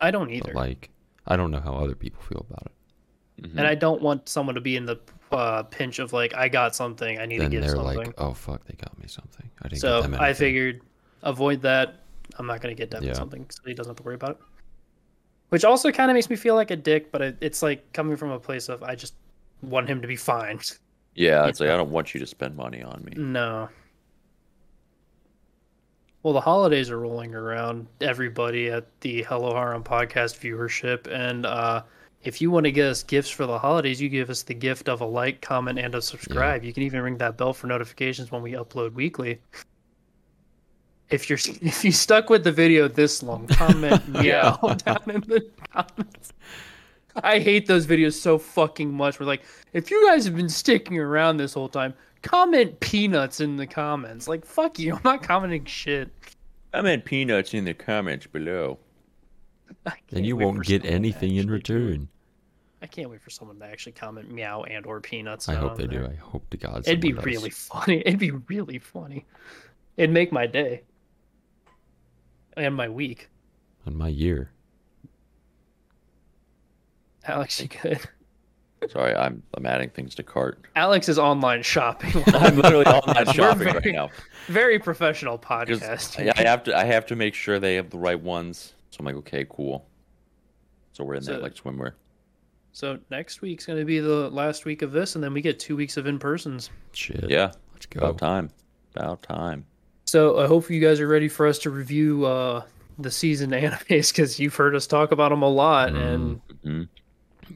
D: I don't
C: But
D: either,
C: like I don't know how other people feel about it.
B: Mhm.
D: and I don't want someone to be in the uh, pinch of like, I got something, I need
C: Then
D: to
C: they're
D: get something.
C: like, "Oh fuck, they got me something." I didn't get
D: So
C: them
D: I
C: anything.
D: figured avoid that. I'm not going to get Devin
C: Yeah.
D: something, so he doesn't have to worry about it. Which also kind of makes me feel like a dick, but it, it's like coming from a place of I just want him to be fine.
B: yeah, it's like I don't want you to spend money on me.
D: No. Well, the holidays are rolling around. Everybody at the Hello Harem podcast viewership, and uh, if you want to get us gifts for the holidays, you give us the gift of a like, comment, and a subscribe. You can even ring that bell for notifications when we upload weekly. If you're if you stuck with the video this long, comment meow down in the comments. I hate those videos so fucking much. We're like, if you guys have been sticking around this whole time, comment peanuts in the comments. Like, fuck you. I'm not commenting shit.
B: I meant peanuts in the comments below.
D: I can't
C: and you
D: wait
C: won't
D: for
C: get
D: someone to
C: anything in
D: actually do it.
C: return.
D: I can't wait for someone to actually comment meow and or peanuts.
C: I
D: now
C: hope
D: on
C: they do.
D: there.
C: I hope to God.
D: Um, It'd be
C: someone does.
D: really funny. It'd be really funny. It'd make my day and my week.
C: on my year.
D: Alex, you good?
B: Sorry, I'm I'm adding things to cart.
D: Alex is online shopping.
B: I'm literally online shopping
D: very-
B: right now.
D: Very professional
B: 'Cause
D: podcast.
B: I, I have to I have to make sure they have the right ones. So I'm like, okay, cool. So we're in
D: So-
B: that like swimwear.
D: So next week's gonna be the last week of this, and then we get two weeks of in persons.
C: Shit.
B: Yeah,
C: Let's
B: about
C: go.
B: time. About time.
D: So I hope you guys are ready for us to review uh, the season animes because you've heard us talk about them a lot, and
B: Mhm.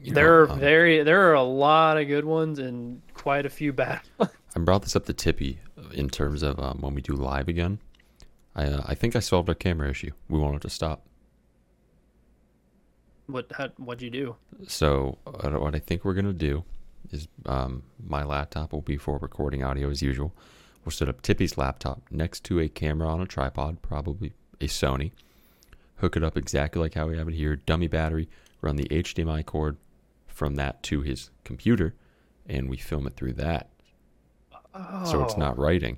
C: You know,
D: there are
C: um,
D: very there are a lot of good ones and quite a few bad ones.
C: I brought this up to Tippy uh, in terms of um, when we do live again. I uh, I think I solved our camera issue. We wanted to stop.
D: What how, what'd you do?
C: So uh, what I think we're gonna do is um, my laptop will be for recording audio as usual. We'll set up Tippy's laptop next to a camera on a tripod, probably a Sony. Hook it up exactly like how we have it here. Dummy battery. Run the HDMI cord from that to his computer, and we film it through that.
D: Oh,
C: So it's not writing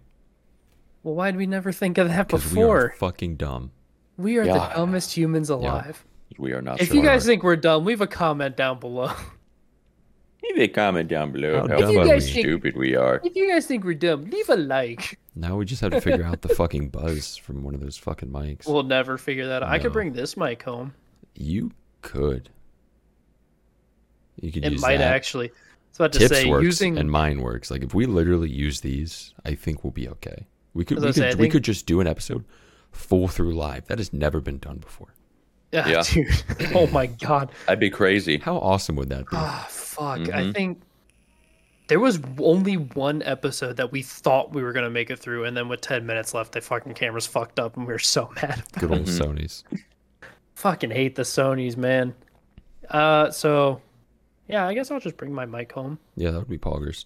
D: Well, why did we never think of that
C: because we are
D: before?
C: fucking dumb.
D: We are,
B: Yeah.
D: the dumbest humans alive.
B: We are not
D: If you guys
B: smart.
D: think we're dumb, leave a comment down below.
B: leave a comment down below
C: How
B: how,
C: dumb
D: If you
C: are
B: fucking
D: guys
C: we?
D: think-
B: stupid we are.
D: if you guys think we're dumb, leave a like.
C: Now we just have to figure out the fucking buzz from one of those fucking mics.
D: We'll never figure that out. I
C: No.
D: could bring this mic home.
C: you could. You could
D: It
C: use
D: might
C: that.
D: actually. I was about to
C: Tips
D: say
C: works
D: using
C: and mine works. Like if we literally use these, I think we'll be okay. We could
D: As
C: we
D: I
C: could,
D: say, I
C: we
D: think-
C: could just do an episode full through live. That has never been done before.
D: Ah,
B: Yeah.
D: dude. Oh my god.
B: I'd be crazy.
C: How awesome would that be?
D: Ah, fuck.
C: Mm-hmm.
D: I think there was only one episode that we thought we were gonna make it through, and then with ten minutes left, the fucking cameras fucked up, and we were so mad.
C: Good old
D: Mm-hmm.
C: Sony's.
D: fucking hate the Sony's, man. Uh, so yeah, I guess I'll just bring my mic home
C: Yeah, that would be poggers.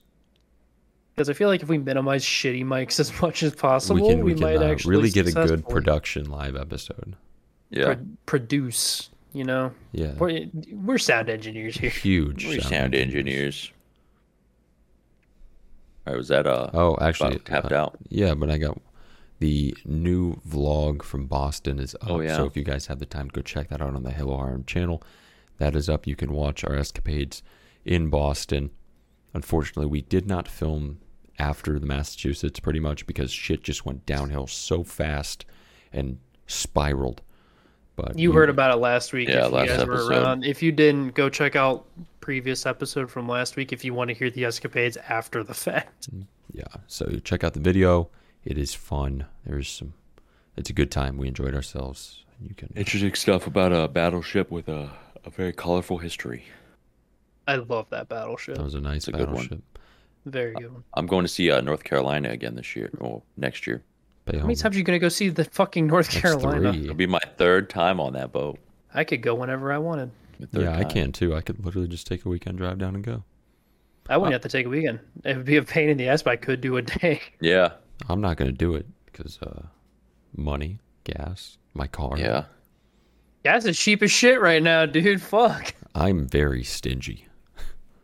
D: because I feel like if we minimize shitty mics as much as possible,
C: we
D: we,
C: can we,
D: might
C: can uh,
D: actually
C: really get a good
D: successfully
C: production live episode.
B: Yeah.
D: pro- produce. You know,
C: Yeah,
D: we're we're sound engineers here.
C: huge
B: We sound engineers. All right, was that uh?
C: Oh, actually,
B: about tapped
C: uh,
B: out.
C: Yeah, but I got the new vlog from Boston is up.
B: Oh, yeah.
C: So if you guys have the time, go check that out on the Hello Harm channel. That is up. You can watch our escapades in Boston. Unfortunately, we did not film after the Massachusetts pretty much because shit just went downhill so fast and spiraled. But
D: You
C: we-
D: heard about it last week.
B: Mm. Yeah,
D: if
B: last
D: you guys were
B: episode.
D: around. If you didn't, go check out previous episode from last week if you want to hear the escapades
B: Mm.
D: after the fact.
C: yeah so check out the video it is fun there's some It's a good time. We enjoyed ourselves. You can
B: Interesting stuff about a battleship with a, a very colorful history.
D: I love that battleship.
C: That was a nice
B: a good one.
C: battleship.
D: Very good one.
B: I'm going to see uh, North Carolina again this year or next year.
D: How many times are you gonna go see the fucking North Carolina?
B: It'll be my third time on that boat.
D: I could go whenever I wanted.
B: My third
C: Yeah, I
B: time.
C: can too. I could literally just take a weekend drive down and go.
D: I wouldn't have to take a weekend. It would be a pain in the ass, but I could do a day.
B: Yeah,
C: I'm not gonna do it because uh, money, gas, my car.
B: yeah.
D: Gas is cheap as shit right now, dude. Fuck.
C: I'm very stingy.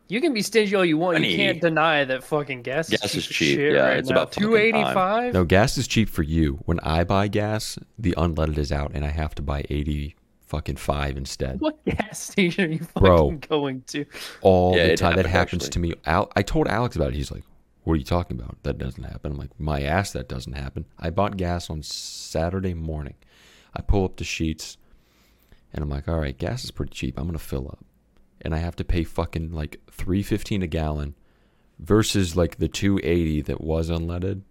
D: You can be stingy all you want.
B: Money.
D: You can't deny that fucking gas,
B: Gas
D: is
B: is
D: cheap. as
B: cheap,
D: Shit
B: yeah,
D: right
B: it's
D: now.
B: about fucking time.
D: 285.
C: No, gas is cheap for you. When I buy gas, the unleaded is out, and I have to buy eighty fucking five instead.
D: What gas station are you fucking
C: Bro.
D: going to?
C: All
B: Yeah,
C: the
B: it
C: time. That
B: happened,
C: happens
B: actually.
C: to me. Al- I told Alex about it. He's like, "What are you talking about? That doesn't happen." I'm like, "My ass, that doesn't happen." I bought gas on Saturday morning. I pull up the sheets, and I'm like, "All right, gas is pretty cheap. I'm gonna fill up." and I have to pay fucking like three fifteen a gallon versus like the two eighty that was unleaded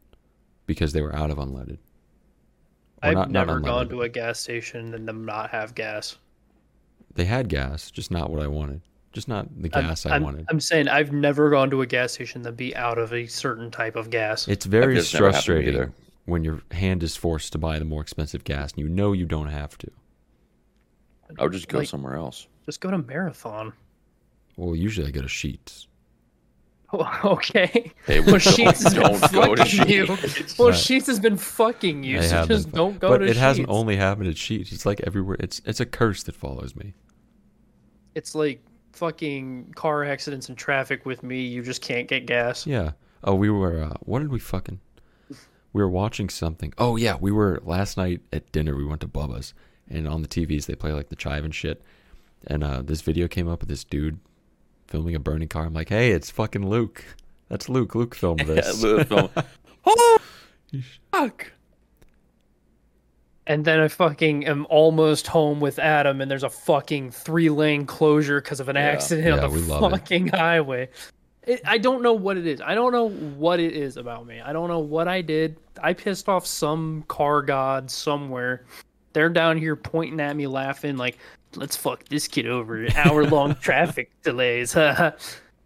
C: because they were out of unleaded. Or
D: I've
C: not- not
D: never gone
C: unleaded.
D: to a gas station and them not have gas.
C: They had gas, just not what I wanted. Just not the gas i
D: I'm,
C: wanted.
D: I'm saying I've never gone to a gas station that be out of a certain type of gas.
C: it's very
B: just never happened to me
C: frustrating
B: either.
C: when your hand is forced to buy the more expensive gas and you know you don't have to.
B: I'll just go
D: Like-
B: somewhere else.
D: Just go to Marathon.
C: Well, usually I go to Sheets.
D: Oh, okay.
B: Hey, don't-
D: Well, Sheets has been
B: don't go to
D: fucking you.
B: Sheetz.
D: Well,
C: Right.
D: Sheets has been fucking you,
C: They
D: so
C: have been
D: just
C: fu-
D: don't go
C: but
D: to
C: it hasn't
D: Sheetz.
C: only happened at Sheets. It's like everywhere. It's it's a curse that follows me.
D: It's like fucking car accidents and traffic with me. You just can't get gas.
C: Yeah. Oh, we were. Uh, what did we fucking? We were watching something. Oh yeah, we were last night at dinner. We went to Bubba's, and on the TVs they play like the chive and shit. And uh, this video came up of this dude filming a burning car. I'm like, hey, it's fucking Luke. That's Luke. Luke filmed
B: Yeah,
C: this.
B: Louisville. oh, fuck.
D: And then I fucking am almost home with Adam, and there's a fucking three lane closure because of an accident
C: Yeah,
D: on
C: we
D: the
C: love it.
D: fucking highway. It, I don't know what it is. I don't know what it is about me. I don't know what I did. I pissed off some car god somewhere. They're down here pointing at me, laughing like, "Let's fuck this kid over." Hour long traffic delays.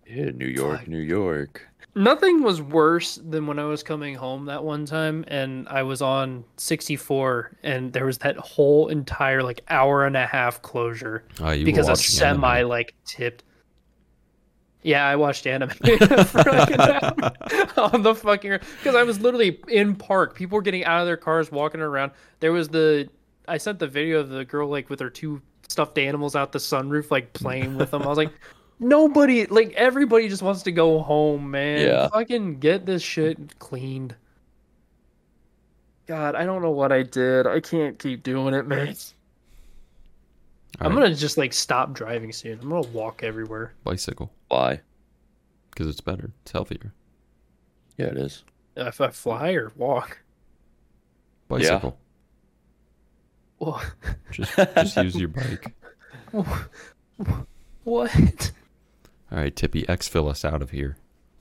B: Yeah, New York, New York.
D: Nothing was worse than when I was coming home that one time and I was on 64 and there was that whole entire like hour and a half closure
C: Oh, you were
D: because a
C: watching
D: semi
C: anime.
D: like tipped. Yeah, I watched anime for like an hour on the fucking because I was literally in park. People were getting out of their cars, walking around. There was the I sent the video of the girl like with her two stuffed animals out the sunroof, like playing with them. I was like, nobody, like everybody, just wants to go home, man.
B: Yeah.
D: Fucking get this shit cleaned. God, I don't know what I did. I can't keep doing it, man.
C: All
D: I'm
C: right,
D: gonna just like stop driving soon. I'm gonna walk everywhere.
C: bicycle
B: Why?
C: because it's better. It's healthier.
B: Yeah, it is.
D: If I fly or walk,
C: Bicycle.
D: Wha-
C: Just just use your bike.
D: what?
C: All right, Tippy, X fill us out of here.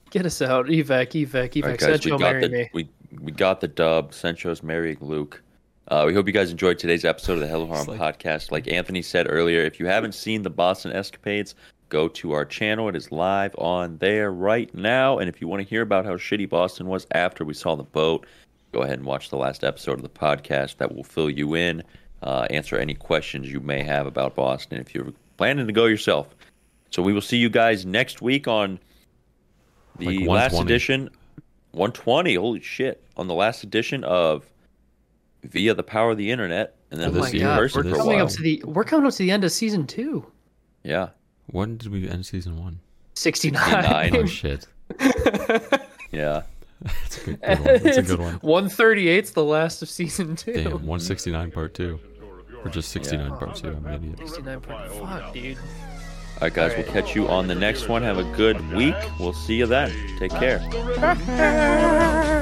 D: Get us out, evac, evac, evac.
B: All right, guys,
D: Said
B: we
D: you'll
B: got
D: marry
B: the
D: me.
B: we we got the dub. Sencho's marrying Luke. Uh, we hope you guys enjoyed today's episode of the Hello Harm podcast. Like Anthony said earlier, if you haven't seen the Boston escapades, go to our channel. It is live on there right now. And if you want to hear about how shitty Boston was after we saw the boat, go ahead and watch the last episode of the podcast. That will fill you in, uh, answer any questions you may have about Boston if you're planning to go yourself. So we will see you guys next week on the
C: Like
B: last
C: 120.
B: edition 120 holy shit on the last edition of via the power of the internet and
C: Oh
B: then
D: Oh
B: we'll
D: my
C: this
B: see
C: year,
B: in
D: god,
B: person
D: we're
B: for
C: this
B: a
D: coming
B: while
D: up to the we're coming up to the end of season two.
B: yeah
C: When did we end season one?
D: 69.
C: Oh shit,
B: yeah
C: that's a good, good one. That's a good one.
D: 138's the last of season two.
C: Damn, 169 part two. Or just 69 part two. I'm an idiot.
D: 69 part- Fuck, dude.
B: all right guys we'll catch you on the next one have a good week we'll see you then take care
A: Care.